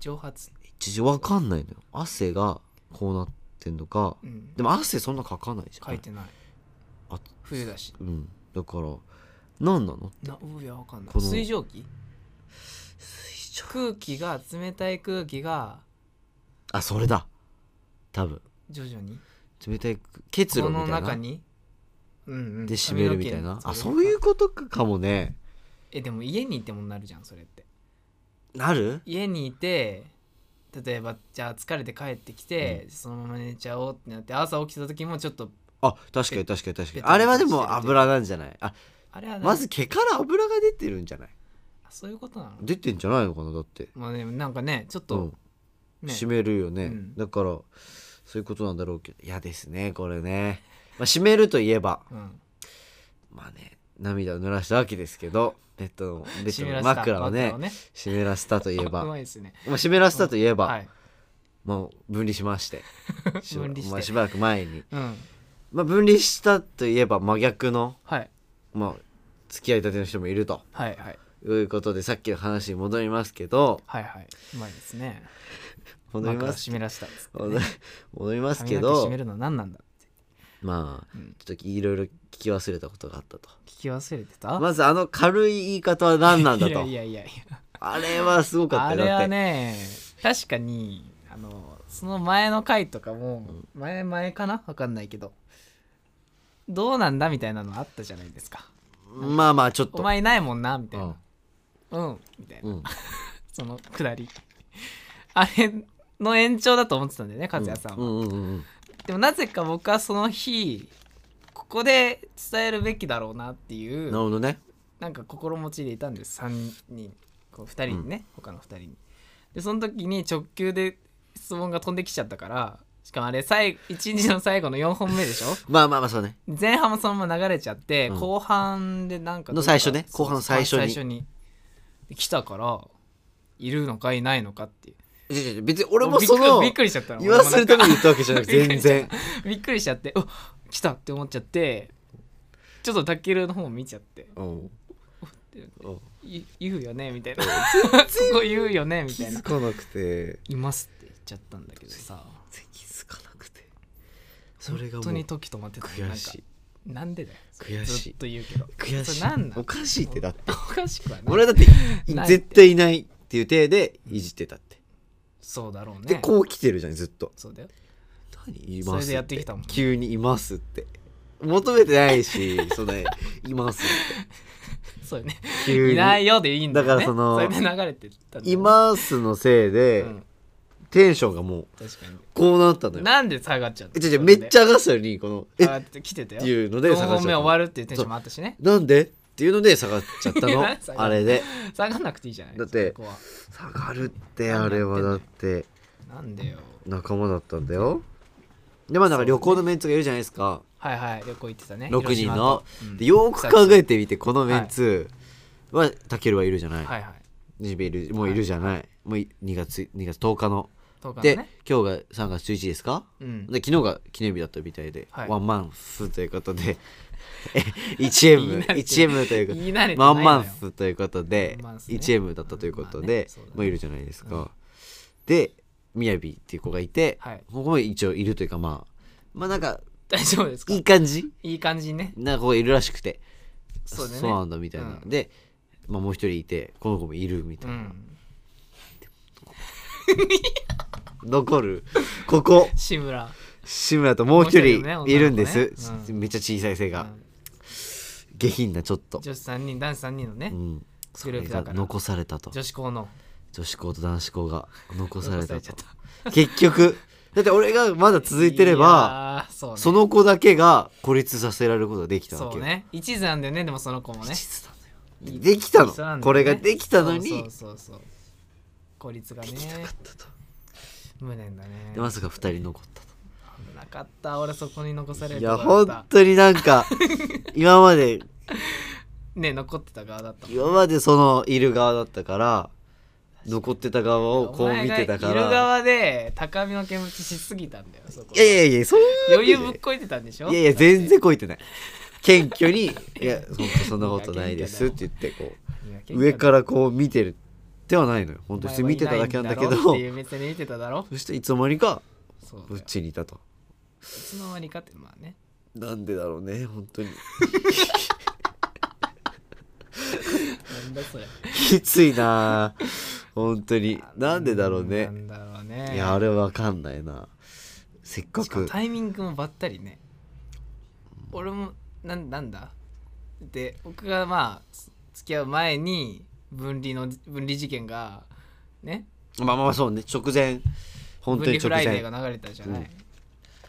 A: 蒸発
B: 一時わかんないのよ汗がこうなってんのか
A: うん
B: でも汗そんなかかないじゃん
A: 書いてない
B: あ
A: 冬だし
B: うんだから何なの
A: なうやわかんない
B: この
A: 水蒸気空気が冷たい空気が
B: あそれだ多分
A: 徐々に
B: 冷たい結露
A: こ
B: み
A: の
B: たい
A: 中
B: な
A: にうんうん
B: で湿るみたい
A: 髪
B: な
A: の毛
B: あそういうことかかもね
A: えでも家にいてもなるじゃんそれって
B: なる
A: 家にいて例えばじゃあ疲れて帰ってきて、そのまま寝ちゃおうってなって朝起きた時もちょっと
B: あ確かに確かに確か
A: ペ
B: に
A: タペタ
B: あれはでも油なんじゃないあ
A: あれは
B: まず毛から油が出てるんじゃない
A: あそういうことなの
B: 出てんじゃないのかなだって
A: まあでもなんかねちょっ
B: う
A: と
B: ん、
A: ね、
B: 湿るよね、
A: うん
B: だからそういうことなんだろうけど嫌ですねこれね、まあ、湿るといえば
A: うん、
B: まあね涙を濡らしたわけですけどベッドのベッ
A: 湿
B: ド
A: ら
B: の
A: せた
B: 枕をね
A: 枕をね
B: 湿らせたといえ
A: あう
B: ば
A: まいですね
B: まあ湿らせたといえば、
A: はい、
B: もう分離しましてしば
A: 分離して
B: まあ、しばらく前に、
A: うん、
B: まあ、分離したといえば真逆の、
A: はい
B: まあ、付き合いたての人もいると
A: はいはい
B: いうことでさっきの話に戻りますけど
A: はいはいうまいですね。
B: 戻り
A: 枕
B: ま
A: を
B: す
A: 湿らしたっつって、
B: 戻
A: ね
B: り。戻りますけ
A: 髪の毛
B: ど
A: 湿めるのは何なんだって
B: まあ
A: うん
B: ちょっといろいろ聞き忘れたことがあったと
A: 聞き忘れてた、
B: まずあの軽い言い方は何なんだと
A: いやいやいやいや。
B: あれはすごかっ
A: あ
B: たよ
A: れ
B: だっ
A: は
B: て、
A: ね、確かに、あの、その前の回とかも、前前かなわかんないけど、どうなんだみたいなのあったじゃないですか。
B: まあまあちょっと
A: お前いないもんなみたいな。うん、みたいな。
B: うん、
A: そのくだり。あれの延長だと思ってたんだよね、和也さんは。
B: うんうんうんうん
A: でもなぜか僕はその日、ここで伝えるべきだろうなっていう。
B: なるほどね
A: なんか心持ちでいたんです3人こう2人にね、他の2人にでその時に直球で質問が飛んできちゃったからしかもあれ最1日の最後の4本目でし ょ
B: まあまあまあそうね
A: 前半もそのまま流れちゃって、
B: うん
A: 後半でなんか
B: の最初ね
A: そう
B: 後半の最初に
A: で来たからいるのかいないのかっていう
B: いやいやいや別に俺も
A: びっく
B: そ
A: り
B: の
A: びっくりしちゃったの
B: 言わせるために言ったわけじゃなくて
A: びっくりし
B: 全
A: ちゃ
B: 然
A: っ びっくりしちゃってお来たって思っちゃってちょっとタッケルの方見ちゃって
B: うんうん
A: い言うよねみたいなこ こ言うよねみ
B: 気
A: たいな
B: づかなくて
A: いますって言っちゃったんだけどさ
B: 気づかなくてそれ
A: 本
B: がも
A: 当
B: う
A: に時止まってた
B: 悔しい
A: なんかなんでだよ
B: 悔しい
A: ずっと言うけど
B: 悔しい
A: それなんなん
B: おかしいってだって
A: おかしくはない
B: 俺だって
A: ない
B: 絶対いないっていう体でいじってたって
A: そうだろうね
B: でこう来てるじゃんずっと
A: そうだよ
B: 何います
A: それでやってきたもん
B: 急に「います」って求めてないし それ「います」って
A: そうよね
B: 急に
A: いないよでいいんだよ、ね、
B: だからその
A: れで流れてったんだよね
B: います」のせいうで、
A: ん、
B: テンションがもう
A: 確か
B: こうなったの
A: に
B: よ
A: なんで下がっちゃった
B: えじゃじゃめっち
A: ゃ
B: ゃ上がったのにこの「えっ?」
A: 来てたよ
B: ていうので下がっちゃった
A: 4本目終わるっていうテンションもあったしね
B: なんでっていうので下がっちゃった
A: いや
B: の
A: なんで 下がる
B: あれで
A: 下がんなくていいじゃない
B: だって
A: そこは
B: 下がるってあれはだって
A: なんでよ
B: 仲間だったんだよでまあなんか旅行のメンツがいるじゃないですか、
A: はいはい旅行行ってたね
B: 6人の、で
A: よ
B: よーく考えてみてこのメンツはたけるはいるじゃない、
A: はいはい
B: ジベいるもういるじゃない、もうい2月2月10日の
A: 東
B: で
A: 海のね
B: 今日が3月11ですか
A: うん
B: で昨日が記念日だったみたいで、
A: はい
B: ワンマンスというこ とで え 1M1M
A: 言い慣れて
B: というか
A: 言い慣れてないの
B: ワ
A: よ
B: ンマンスということで、
A: ワンマンスね
B: 1M だったというこ
A: ま
B: と
A: あね
B: で、
A: そうだね
B: もういるじゃないですか、でみやびっていう子がいて、
A: はい
B: ここも一応いるというかまあまあなんか
A: 大丈夫ですか
B: いい
A: い
B: 感じ
A: い感じにね
B: な子がいるらしくて
A: そうだね
B: なんだみたいな、
A: うん
B: で、まあ、もう一人いてこの子もいるみた
A: う
B: いな、
A: ん
B: 残るここ
A: 志村
B: 志村ともう一
A: もう
B: 人
A: 一人ね
B: いるんです、
A: 女の子ねうん
B: めっちゃ小さい背が、
A: うん
B: 下品なちょっと、
A: 女子3人男子3人のね
B: うん、そ
A: グル
B: れ
A: ープだ
B: が
A: から
B: 残されたと
A: 女子校の
B: 女子校と男子校が残された
A: 残さ
B: と
A: れち
B: 結局だって俺がまだ続いてれば
A: いやーそうね
B: その子だけが孤立させられることができたわ
A: そ
B: け
A: う
B: よ、
A: ね一途なんだよねでもその子もね
B: 実なのよできたの、
A: 一途なんだよね
B: これができたのに
A: そうそうそうそう孤立がね
B: できなかったと
A: 無念だね
B: でまさか2人残ったと
A: 危なかった俺そこに残される
B: い
A: とこ
B: や
A: だっ
B: 本
A: た
B: 当になん か今まで
A: ね残ってた側だったもん
B: 今までそのいる側だったから残ってた側をこう見てたか
A: お前がいる
B: ら
A: 側で高みの見物しすぎたんだよそこ
B: いやいやいやそういうわけ
A: 余
B: じ
A: 裕
B: ゃない
A: ぶっこいてたんでしょ
B: いやいや全然こいてない謙虚に「いや本当そんなことないです」って言ってこ う上かららこう見てるではないのよ本当に見てただけなんだけど
A: っていう目線で見てただろ
B: そしていつの間にか
A: そうだ
B: う
A: よ
B: ちにいたと
A: いつの間にかってまあね
B: なんでだろうね本当に
A: なんだそれ
B: きついなあ本当になんでだろう
A: な
B: ね
A: んだろうね
B: いやあれわかんないなせっか
A: しかも
B: く
A: タイミングもばったりね俺もなんなんだで僕がまあつ付き合う前に分離の分離事件がね
B: まあまあまあそうね直前本当に
A: 分離フラ
B: 直
A: イデー
B: 前
A: が流れたじゃない、
B: うん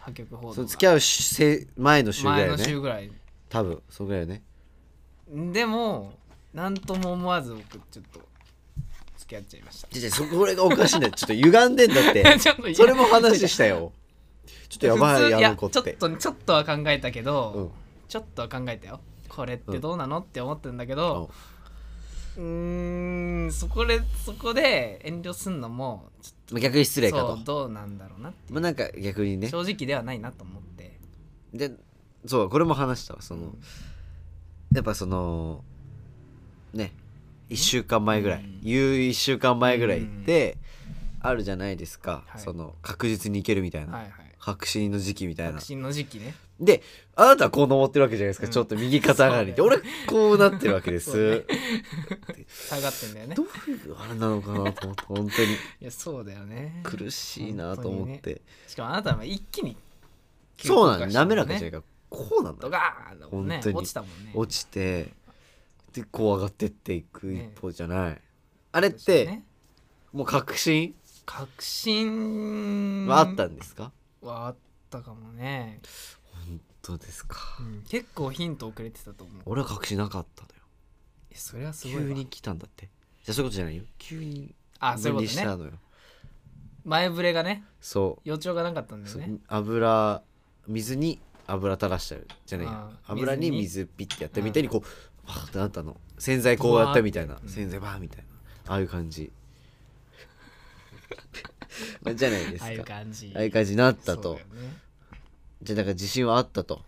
A: 破局報道
B: その
A: が
B: 付き合うせ前の週ぐらい
A: 前
B: よ
A: の週
B: ね
A: ぐらい
B: 多分そのぐらいよね
A: でも何とも思わず僕ちょっと付き合っちゃいました
B: じゃじゃそこれがおかしいんだよちょっと歪んでんだっ
A: ちょっとい
B: て
A: や
B: それも話したよちょっとやば
A: 普
B: い
A: 通
B: やる子っ
A: ちょってとちょっとは考えたけど、
B: うん
A: ちょっとは考えたよこれってどうなの、って思ってんだけどうーんそこでそこで遠慮すんのもちょっ
B: まあ逆に失礼か
A: と
B: と
A: そうどうなんだろうなっていう
B: まあなんか逆にね
A: 正直ではないなと思って
B: でそうこれも話したわそのやっぱそのね1週間前ぐら
A: う
B: い
A: ん
B: 言う1週間前ぐらいってあるじゃないですか
A: はい
B: その確実にいけるみたい
A: はいは
B: ない白紙の時期みたいな
A: 確信の時期ね
B: であなたはこう登ってるわけじゃないですか、
A: うん
B: ちょっと右肩上がりで
A: そうだ
B: 俺こうなってるわけで
A: そう
B: す、
A: 下がってんだよね
B: どういうあれなのかなと思って本当に
A: いやそうだよね
B: 苦しいなと思って、
A: しかもあなたは一気に
B: そうなの、滑らかじゃないいからこうなんだ
A: ドガーンだもんね
B: 本当に
A: 落ちたもんね
B: 落ちてでこう上がってっていく
A: ね
B: 一方じゃない、あれっ
A: そう
B: て、
A: ですね
B: もう確信
A: 確信
B: はあったんですか、
A: はあったかもね、
B: どうですか、
A: 結構ヒント遅れてたと思う
B: 俺は確信なかったのよ
A: えそれはすごいわ
B: 急に来たんだってじゃあそういうことじゃないよ急に
A: あそういうこ
B: し
A: と
B: た
A: ね
B: のよ
A: 前触れがね
B: そう
A: 予兆がなかったんだよ
B: そう
A: ね
B: 油水に油垂らしてるじゃないや
A: あー
B: 油に
A: 水
B: 水ピッてやったみたいにこうバーってなったの洗剤こうやったみたいな
A: うわーって
B: 洗剤バーみたいなああいう 感じまあじゃないです
A: あ
B: か
A: あいう感じ
B: ああいう感じになった
A: そう
B: と
A: だよね
B: じゃあだから自信はあったと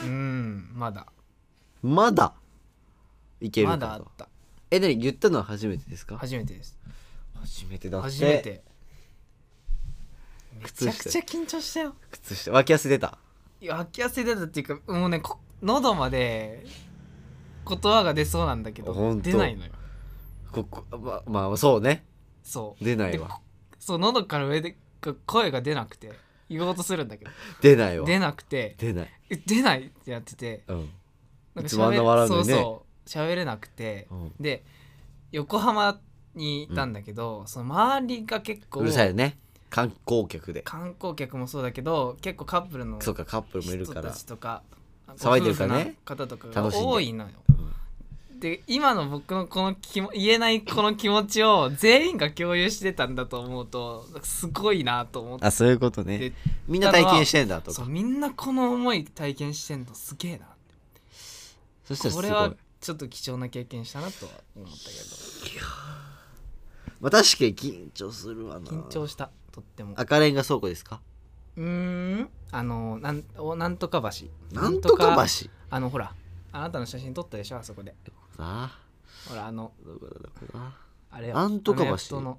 A: うんまだ
B: まだいける
A: ま
B: か
A: だあっ
B: と
A: た
B: え何言ったのは初めてですか
A: 初めてです
B: 初めてだって
A: 初めてめち
B: 靴
A: ゃくち
B: 下
A: ゃ緊張したよ
B: 靴下脇汗出た
A: いや吐き汗出たっていうかもうねこ喉まで言葉が出そうなんだけ
B: ほ
A: ど
B: んと
A: 出ないのよ
B: ここままあそうね
A: そう
B: 出ない
A: で
B: わ
A: こそう喉から上でこ声が出なくて言おうとするんだけ
B: 出ない
A: ど
B: わ
A: 出なくて
B: 出ない
A: え出ないってやってて
B: うん
A: なん
B: い
A: か
B: つもあんな笑うのにね
A: そうそう喋れなくて、
B: うん
A: で横浜にいたんだけど、その周りが結構
B: うるさいよね観光客で
A: 観光客もそうだけど結構カップルの
B: そうかカップルもいる
A: 人
B: か
A: た
B: ら
A: ちとか
B: 騒いでるからね
A: ご夫婦の方とかが
B: 楽しんで
A: 多いのよ。で今の僕のこの気も言えないこの気持ちを全員が共有してたんだと思うとすごいなと思って
B: あそういうことね
A: で
B: みんな体験してんだと
A: そ
B: か
A: うみんなこの思い体験してんのすげえな
B: そしたらす
A: こ
B: ごい
A: れはちょっと貴重な経験したなとは思った
B: まあ、確かに緊張するわな
A: けど緊張したとっても
B: 赤レンガ倉庫ですか
A: うーんあのなんおなんとか橋
B: なんとか橋
A: あのほらあなたの写真撮ったでしょあそこで
B: あ
A: ほらあの
B: あどこだどこだ
A: あれよ
B: なんとか橋
A: アメフトの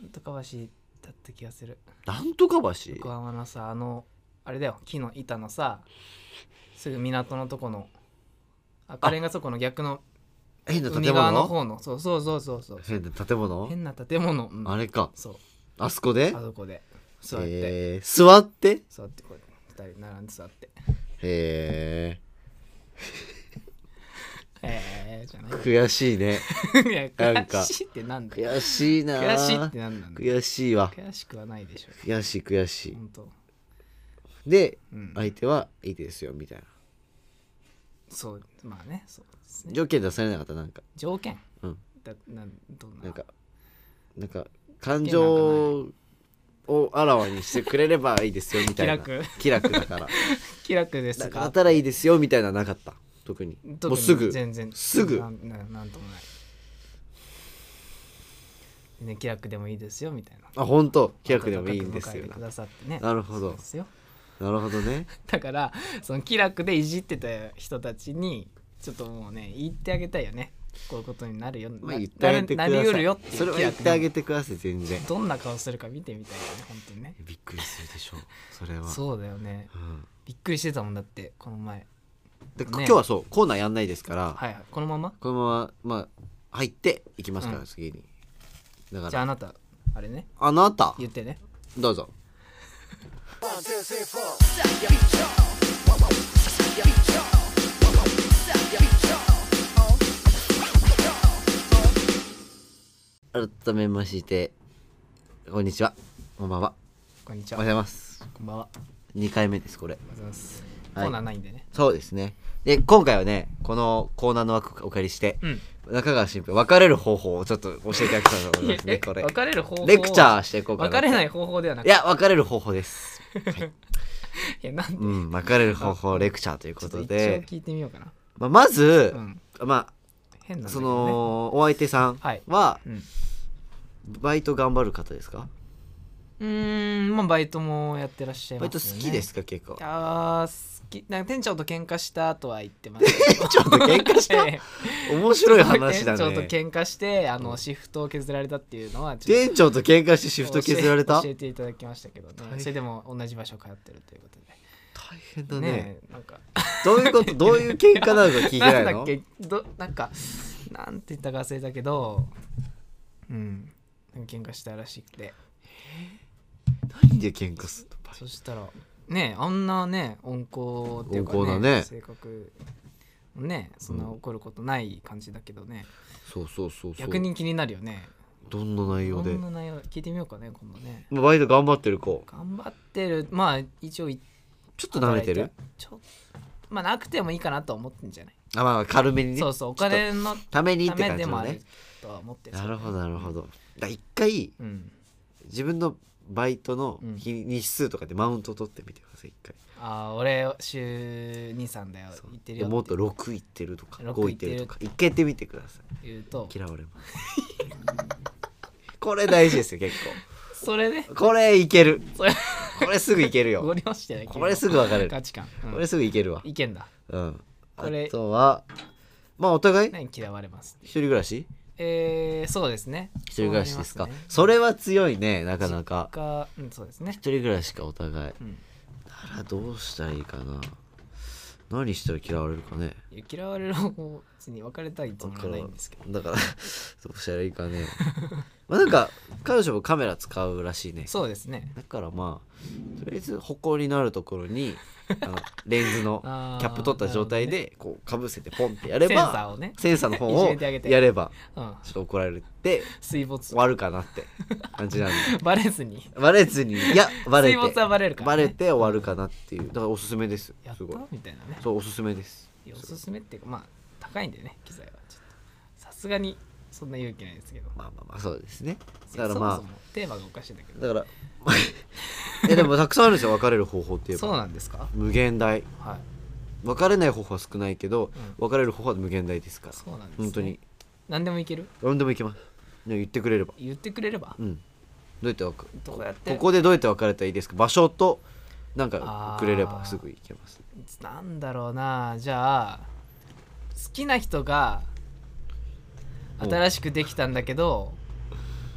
A: なんとか橋だった気がする
B: なんとか
A: 横
B: 橋
A: 浜のさあのあれだよ木の板のさすぐ港のとこの赤レンガ倉庫の逆の
B: 変な
A: 海
B: 建
A: 側の
B: 物
A: 方のそうそうそうそうそう
B: 変な建物
A: 変な建物、うん
B: あれか
A: そう
B: あそこで
A: あそこで座って、
B: えー座って
A: 座ってこう2人並んで座って
B: へえ
A: えー、じゃない
B: 悔し いね
A: いや
B: な んか
A: 悔しいってなんだよ
B: 悔しいな
A: 悔しいってなんなんだよ
B: 悔しいわ
A: 悔しくはないでしょ
B: 悔しい悔し
A: 本当
B: いで
A: うん
B: 相手はいいですよみたいな
A: そうまあねそうですね
B: 条件出されなかったなんか
A: 条件
B: うん
A: だなんどんな
B: なんかなんか感情をあらわにしてくれればいいですよみたいな
A: 気楽
B: 気楽 だから
A: 気楽です
B: だか
A: から
B: たらいいですよみたいなのなかった特に
A: 特に
B: もうすぐ
A: 全然
B: すぐ
A: なんななんともない全然気楽でもいいですよみたいな
B: あ本当気楽でもいいんですよ
A: 温かく迎えてくださってね
B: なるほ
A: そう
B: ど
A: ですよ
B: なるほどね
A: だからその気楽でいじってた人たちにちょっともうね言ってあげたいよねこういうことになるよ、
B: まあ言ってあげてください
A: ななりうるよっていう
B: それは
A: 気
B: 言っ
A: 楽に
B: てあげてください全然
A: どんな顔するか見てみたいよね本当にね
B: びっくりするで しょうそれは
A: そうだよね
B: うん
A: びっくりしてたもんだってこの前
B: で
A: ね
B: 今日はそうコーナーやんないですから、
A: はいはいこのまま
B: このまま、まあ、入っていきますから、
A: うん
B: 次にだか
A: じゃあ
B: ら
A: あなたあれね
B: あなた
A: 言ってね
B: どうぞ改めましてこんにちはこんばんは
A: こんにち
B: お
A: は
B: はようございます
A: こんばんは
B: 2回目ですこれ
A: おはようございます
B: はい
A: コーナーないんでね
B: そうですねで今回はねこのコーナーの枠をお借りして、
A: うん
B: 中川新平別れる方法をちょっと教えてあげたいと思いますね
A: え
B: これ
A: 別れる方法
B: レクチャーしていこうかな
A: 別れない方法ではなく
B: いや別れる方法です
A: いや なんで
B: うん別れる方法レクチャーという
A: ち
B: こ
A: ょっと
B: と
A: 一応
B: で
A: 聞いてみようかな
B: まあ、まず
A: う、ん
B: ま
A: 変なん
B: あ
A: だけ
B: そ
A: どね
B: のお相手さん
A: はい
B: は
A: うん
B: バイト頑張る方ですか
A: うーんまあバイトもやってらっしゃい
B: バ
A: ま
B: イ
A: すよ
B: ト好
A: ね
B: きですか結構
A: あー好きなんか店長と喧嘩したとは言ってます
B: ちょっと喧嘩した
A: ええ
B: 面白い話だ
A: 店長と
B: ね
A: 喧嘩してあのシフトを削られたっていうのはちょっと
B: 店長と喧嘩してシフト削られた
A: 教え教えていただきましたけどね
B: 変
A: それでも同じ場所通ってるということ
B: 大変
A: で
B: だね
A: ねえなんか
B: どういうことどういう喧嘩なのか聞いてな
A: なん
B: い
A: だっ
B: の
A: けどなんかなんて言ったか忘れたけどうんなんか喧嘩したらしくて
B: 何で喧嘩するの
A: そしたらねえあんなね温厚っていう
B: 温
A: か
B: 厚だ
A: ね
B: ね
A: 性格もねそんな怒ることない感じだけどね、
B: そうそうそうそう
A: 逆に気になるよね
B: どんな内
A: こ
B: 容で
A: んな内容聞いてみようかね今度ね
B: まあバイト頑張ってる子
A: 頑張ってるまあ一応ちょ
B: ちょっと舐めてる
A: ちょまあなくてもいいかなとは思ってんじゃない、
B: あまあ軽めにね
A: そうそうお金の
B: ためにったて
A: め
B: 感じ
A: でも
B: の
A: あ
B: ね
A: るとは思って
B: なるほどなるほ
A: ど
B: どだから一回
A: うん
B: 自分のバイトの
A: うん
B: 日,、日数とかでマウント取ってみてください一回
A: ああ俺週23だよ
B: そう
A: 行ってるよ
B: でもっ
A: っ
B: と6いってるとか
A: 6
B: 5いってるとか一回やってみてください
A: て言うと
B: 嫌われます これ大事ですよ結
A: それで
B: 構これいける
A: それ
B: これすぐいける
A: ご
B: よ
A: 利用してない
B: これすぐ分かれる
A: 価値観、うん
B: これすぐいけるわ
A: 意見だ
B: うんあ
A: これ
B: とはまあお互い
A: 何嫌われます
B: 一人暮らし
A: えー、そうですね
B: 一人暮らしです
A: そう
B: か
A: なりますね
B: それは強いねなかなか
A: かうんそうですね
B: 一人暮らしかお互い
A: うん
B: ならどうしたらいいかな何したら嫌われるかね
A: いや嫌われる方法別に別れたいつ
B: だ
A: もり
B: か
A: は
B: ら
A: ないんですけど
B: だから どうしたらいいかね まあなんか彼女もカメラ使うらしいね
A: そうですね
B: だからまあとりあえず歩行になるところに あのレンズのキ
A: あー
B: ャップ取った状態でこうかぶせてポンってや
A: セ
B: れ
A: ンサー
B: ば
A: をね、
B: センサーの方
A: いじ
B: を
A: めてあげて
B: やれば
A: うん、
B: ちょっと怒られて
A: 水没
B: 終わるかなって感じなんで
A: バレずに
B: バレずにいやバレて
A: 水没はバレるから、
B: バ
A: ね、
B: レて終わるかなっていうだからおすすめです
A: やっ
B: す
A: た
B: ごい
A: みたいなね
B: そうおすすめです
A: いやおすすめっていうかまあ高いんだよね機材はちょっとさすがにそんな勇気ないですけど
B: まあまあまあそうですね
A: い
B: だ
A: や
B: から
A: そ
B: ま
A: も
B: あ
A: そもテーマがおかしいんだけど
B: だから えでもたくさんあるんですよ別れる方法って言え
A: そう
B: ば
A: なんですか
B: 無限大
A: はい
B: 別れない方法は少ないけど、別れる方法は無限大ですから
A: そうなんです、ね、
B: 本当に
A: 何でもいける
B: 何でもいけますね言ってくれれば
A: 言ってくれれば
B: うんどうやってわか
A: どうやって
B: ここでどうやって別れたらいいですか場所となん
A: あ
B: か
A: ー
B: くれればすぐ行けます
A: なんだろうなじゃあ好きな人が
B: うん
A: 新しくできたんだけど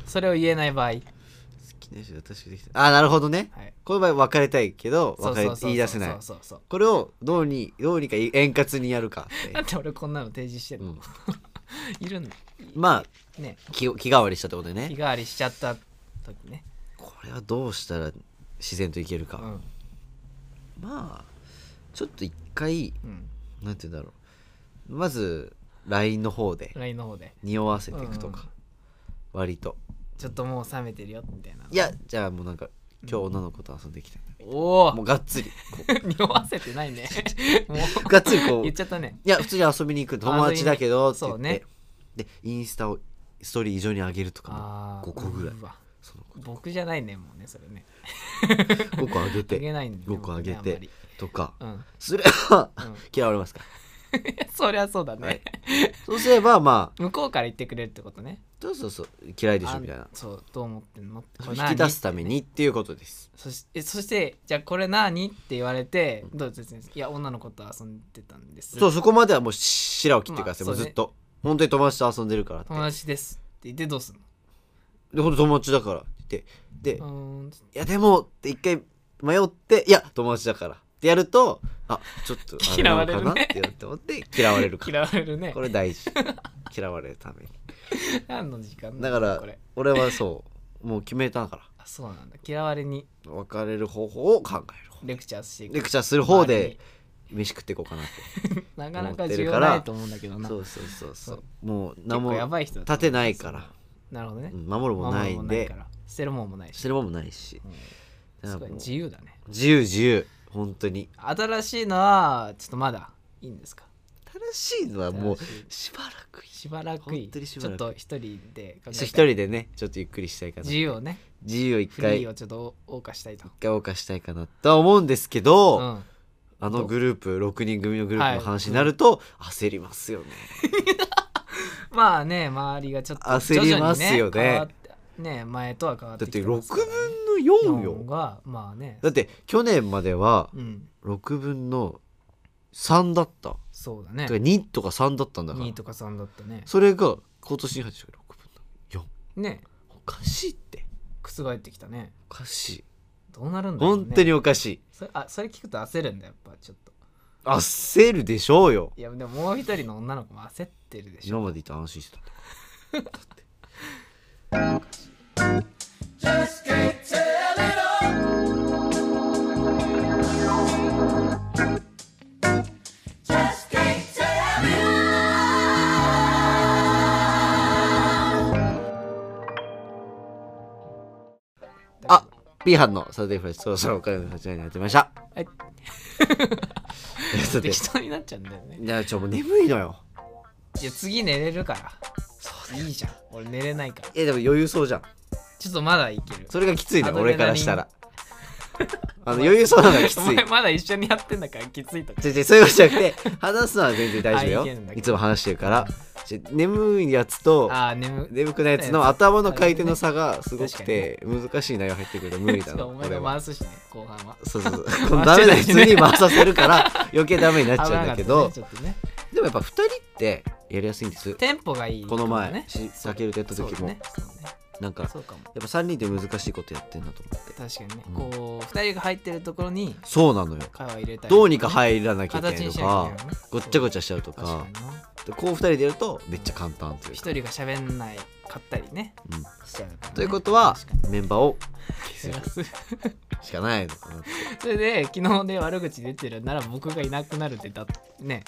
A: それを言えない場合
B: 好きな人私できたあーなるほどね、
A: はい
B: この場合別れたいけど
A: そうそ
B: 別
A: う
B: れ
A: そう
B: 言い出せない
A: そうそうそう
B: これをどうにどうにか円滑にやるかっ て
A: なんで俺こんなの提示してん
B: う
A: の、
B: ん
A: いるんだ
B: ま
A: ね
B: あ気気変わりしたってことで
A: 日
B: ね
A: 替わりしちゃった時ね、
B: これはどうしたら自然といける
A: う
B: か、
A: ん
B: まあちょっと一回
A: うん、
B: なんて言うんだろうまず LINE の方で
A: LINE の方で
B: 匂わせていくとか
A: うん、
B: 割と
A: ちょっともう冷めてるよみたいない
B: やじゃあもうなんか今日女の子と遊んできたいな、
A: お
B: も
A: お
B: うがっつりこ
A: 匂わせてない ねも
B: う
A: う
B: がっつりこう
A: 言っ
B: い
A: ちゃったね
B: や普通に遊びに行く友達だけどって言っ
A: 遊
B: て、
A: びにそうね
B: でインスタをストーリー以上に上げるとか
A: あ
B: も5個ぐらいう
A: わ
B: その子
A: 僕じゃないねもうねそれね
B: 5個上
A: あ
B: げ
A: げ
B: て
A: ないんだよ
B: 5個上げ
A: 僕ねあんま
B: て
A: り
B: とか
A: うん
B: すれば、
A: うん
B: 嫌われますか
A: そりゃそうだね、
B: はいそうすればまあ
A: 向こうから言ってくれるってことね
B: そうそうそう嫌いでし
A: あ
B: ょ
A: ん
B: みたいな
A: そうどう思ってんのこれ
B: 引き出す
A: 何
B: ためにっていうことです
A: そしえそしてじゃあこれ何って言われてどうですねいや女の子と遊んでたんです
B: そうそこまではもう白を切ってください、
A: まあ
B: もうず
A: そう
B: っ
A: ね
B: と本当に友達と遊んでるからって
A: 友達ですって言ってどうすんの
B: で本当友達だからって言ってで、
A: う
B: い
A: ーん
B: やでもって一回迷っていや友達だからってやるとあちょっとあれ
A: 嫌
B: な
A: わ
B: の
A: れ
B: か
A: る
B: なっ
A: ね
B: て思って嫌われるか
A: 嫌われるね
B: これ大事嫌われるために
A: 何の時間
B: だから
A: これ
B: 俺はそうもう決めたか
A: あそうなんだ嫌われに
B: ら別れる方法を考える方
A: レクチャーしていく
B: レクチャーする方で飯食っていこうかなって
A: なかなか
B: 思って
A: 需
B: る
A: 要
B: から
A: ないと思うんだけどな
B: そうそうそうそうもう
A: 結
B: 何も
A: 構やばい人だと思
B: 立
A: う
B: てないから
A: なるほどね
B: うん守るもんないん
A: 守るも
B: で
A: から捨てるもんもないし
B: 捨てるもんもないし
A: うん
B: だ
A: すご
B: から
A: い
B: もう
A: 自由だね
B: 自由自由本当に
A: 新しいのはちょっとまだいいんですか
B: 新しいのはもう
A: 新しい
B: しばらくいい
A: しばらくい
B: 本当にしばらく
A: ちょっと一人で考えたい
B: 一人でねちょっとゆっくりしたいかな
A: 自由をね
B: 自由を一
A: フリ
B: 回
A: ーを
B: 一
A: ちょっと謳歌したいと、
B: 回謳歌したいかなとは思うんですけど、
A: うん、
B: あのグループ6人組のグループの
A: は
B: 話
A: い
B: になると焦りますよね、
A: まあね周りがちょっと
B: 焦りますよ
A: 徐
B: ね
A: 々に変わってね前とは変わって
B: だっ
A: き
B: て
A: て
B: 6
A: ますからね
B: 分の4よ
A: 4がまあね
B: だって去年までは
A: うん
B: 6分の3だった、
A: そうだね
B: てか2とか3だったんだから
A: 2とか3だったね
B: それが今年に入って6分の4
A: ね
B: おかしいって
A: 覆ってきたね
B: おかしい
A: どうなるんだろう、ね、
B: 本当におかしい
A: それあそれ聞くと焦るんだやっぱちょっと
B: 焦るでしょうよ
A: いやでももう一人の女の子も焦ってるでしょ
B: 今までいたら安心してたとかだってあ B 班のサタデーフライスそろそろお金の8になってました。
A: はい。
B: ということで
A: 適当になっちゃうんだよ ね
B: いや、ちょ、もう眠いのよ。
A: いや次寝れるからいいじゃん俺寝れないから
B: いや、でも余裕そうじゃん。
A: ちょっとまだいける
B: それがきついね、
A: アド
B: 俺
A: レナ
B: か
A: リン
B: らしたら。あの、余裕そうなのがきつ
A: お
B: い
A: 前。まだ一緒にやってんだからきついとか
B: 違う違うそういうことじゃなくて、話すのは全然大丈
A: あい
B: 夫
A: けるん
B: よ
A: だ。
B: いつも話してるから。ちょ眠いやつと、
A: ああ眠
B: 眠くないやつの頭の回転の差がすごくて、難しい内容入ってくると無理だ
A: しか
B: な。
A: もお前
B: 俺
A: が
B: は
A: 回すしね後半は
B: そうそうそう。このダメなやつに回させるから、余計ダメになっちゃうんだけど
A: 危、なかったねちょっとね
B: でもやっぱ2人ってやりやすいんです。
A: テンポがいいか
B: こ
A: もね、
B: の前、
A: そう
B: しタケルとやった
A: そう
B: 時
A: だ
B: も、
A: ねそうだね
B: なんか、やっ
A: そうかも
B: ぱ3人で難しいことやってんなと思って。
A: 確かにね、
B: うん
A: こう2人が入ってるところに
B: そうなのよ。
A: 会話入れたり、
B: どうにか入らなきゃいけな
A: 形
B: い
A: に
B: と
A: しなきゃいけ
B: か
A: ないよね
B: ごっちゃごちゃしちゃうと
A: 確か
B: か
A: にな
B: でこう2人でやるとめっちゃ簡単という
A: 一
B: か、
A: 人が喋んないかったりね
B: うん
A: しちゃうからね、
B: ということは
A: 確かに
B: メンバーを削る
A: そ
B: しかないのかなって
A: れで昨日ね悪口出てるなら僕がいなくなるでだね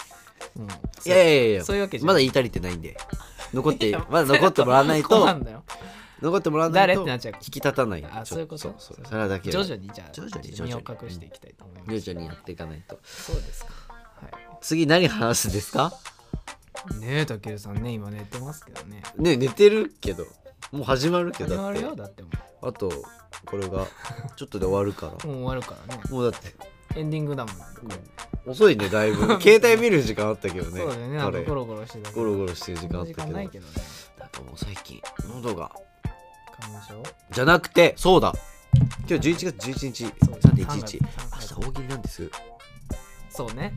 A: もう
B: いやいやいやいや
A: そういうわけじゃ
B: ま
A: ない
B: だ言い足りてないんで残って
A: や
B: まだ残ってもらわないと
A: 困んだよ
B: 残ってもらわない
A: 誰っ
B: と
A: てなっちゃう
B: 引き立たないんで
A: あ
B: ち
A: そ
B: ょ
A: ういうこと
B: そうそうそれだけ
A: 徐々にじゃあ
B: 徐々に
A: ちょっと身
B: 徐々に
A: を隠していきたいと思います
B: 徐々にやっていかないと
A: そうですかはい
B: 次何話すんですか
A: ねえたけるさんね今寝てますけどね
B: ね寝てるけどもう始まるけ
A: 始
B: ど
A: まるよ
B: だって
A: だっても
B: あとこれがちょっとで終わるから
A: うもう終わるからね
B: もうだって
A: エンディングだもん、
B: 遅いねだい ぶ携帯見る時間あったけどね
A: そうだよねなんか
B: 彼
A: ゴロゴロしてたけど
B: ゴロゴロしてる時間
A: そんな
B: あった
A: 時
B: け
A: 間
B: ど
A: ないけどね
B: なんかもう最近喉が
A: 花粉症
B: じゃなくてそうだ今日11月11日
A: そう
B: 3.11明日
A: 3月
B: 大喜利なんです
A: そうね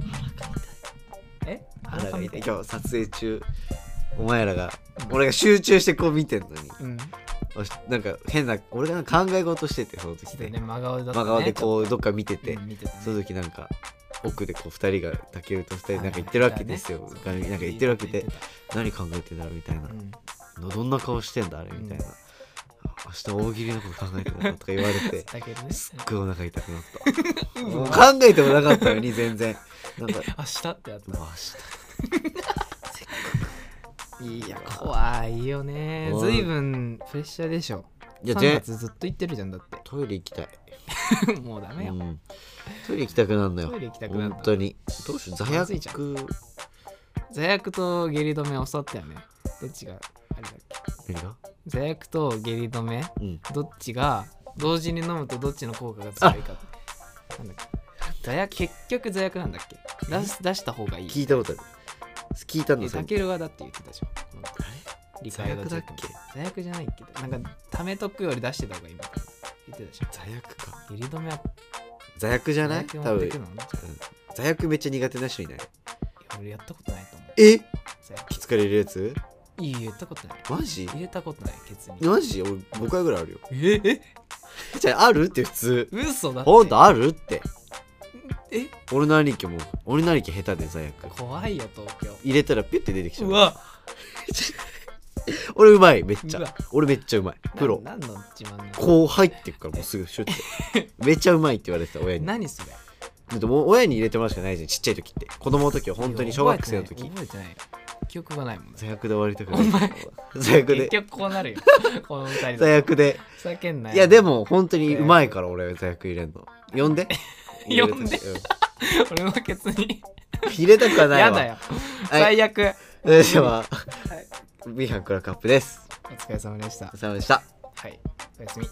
A: え
B: 腹
A: 腹
B: が
A: が
B: 痛
A: 痛
B: い
A: い
B: 今日撮影中お前らが
A: うん
B: 俺が集中してこう見てんのに
A: うん
B: あしなんか変な俺が考え事しててその時
A: 来
B: で
A: てね真顔だったね
B: 真顔でこうどっか見て
A: ちょ
B: て
A: っとうん見てたね
B: その時なんか奥でこう2人がタケルと2人なんか言ってるわけですよ
A: はい
B: 画
A: はい
B: 面
A: はい
B: なんか言ってるわけで
A: 言って
B: 何考えてんだろうみたいな
A: たうん
B: のどんな顔してんだあれみたいな明日大喜利のこと考えてたとか言われ て
A: だけどね
B: すっごいお腹痛くなったもう考えてもなかったのに全然なんか
A: 明日ってやつ
B: もう明日
A: いや怖いよね
B: 怖い
A: ずいぶんプレッシャーでしょ
B: いや
A: 3
B: ぜ
A: 月ずっと行ってるじゃんだっ
B: トイレ行きたい、
A: て もうダメ
B: う
A: よ
B: ん、トイレ行きたくなるのよ
A: トイレ行きたくなった
B: 本当にどうしよう座
A: まずいじゃ
B: 薬
A: 座薬と下痢止め教わったよねどっちがあれだっけ
B: 何が
A: 座薬と下痢止め
B: うん
A: どっちが同時に飲むとどっちの効果が強いかなんだっけ座薬結局座薬なんだっけ出す出した方がいい
B: 聞いたことある聞いたん
A: え
B: だ
A: タケルはだって言ってたじゃ
B: あれ
A: ん理解が
B: 座薬だっけ
A: 座薬じゃないけどなんか溜めとくより出してた方がいいみたいな言ってたじゃん
B: 座薬か
A: 下痢止めは
B: 座薬じゃない
A: 座
B: 多
A: 薬持って
B: 分
A: くのじゃあ
B: 座薬めっちゃ苦手な人いない
A: いや俺やったことないと思う
B: え
A: 座薬
B: きつかれるやつ
A: いい言ったことない
B: マジ
A: 入れたことないケツに
B: マジ俺5回ぐらいあるよ
A: ええ
B: じゃああるって普通
A: 嘘だって
B: ほんとあるって
A: え
B: 俺の兄貴も俺の兄貴下手で座薬
A: 怖いよ東
B: 入れたらピュッて出てきち
A: 京
B: ゃ
A: う
B: う
A: わ
B: 俺うまいめっち
A: う
B: ゃ
A: わ
B: 俺めっちゃうまいプロ
A: な何の自慢なの
B: こう入ってくからもうすぐシュッ てめっちゃうまいって言われてた親にだ
A: 何それ
B: ってもう親に入れてもらうしかないじゃんちっちゃい時って子供の時は本当に小学生の時
A: 覚えてない覚えてない記憶がないもん
B: 座
A: ね
B: 薬で終わりたく
A: お
B: ない
A: 前
B: 座薬
A: 結
B: で
A: 局こうなるよこの二人だと
B: 座薬で
A: ふざけんない
B: いやでも本当にうまいから俺座薬入れんの呼んで
A: 呼んで
B: うん
A: 俺のケツに
B: 入れたくはないわ
A: やだよ最悪、
B: それでは、ビーハンクラカップです。
A: お疲れ様でした
B: お疲れ様でした。
A: はいおやすみ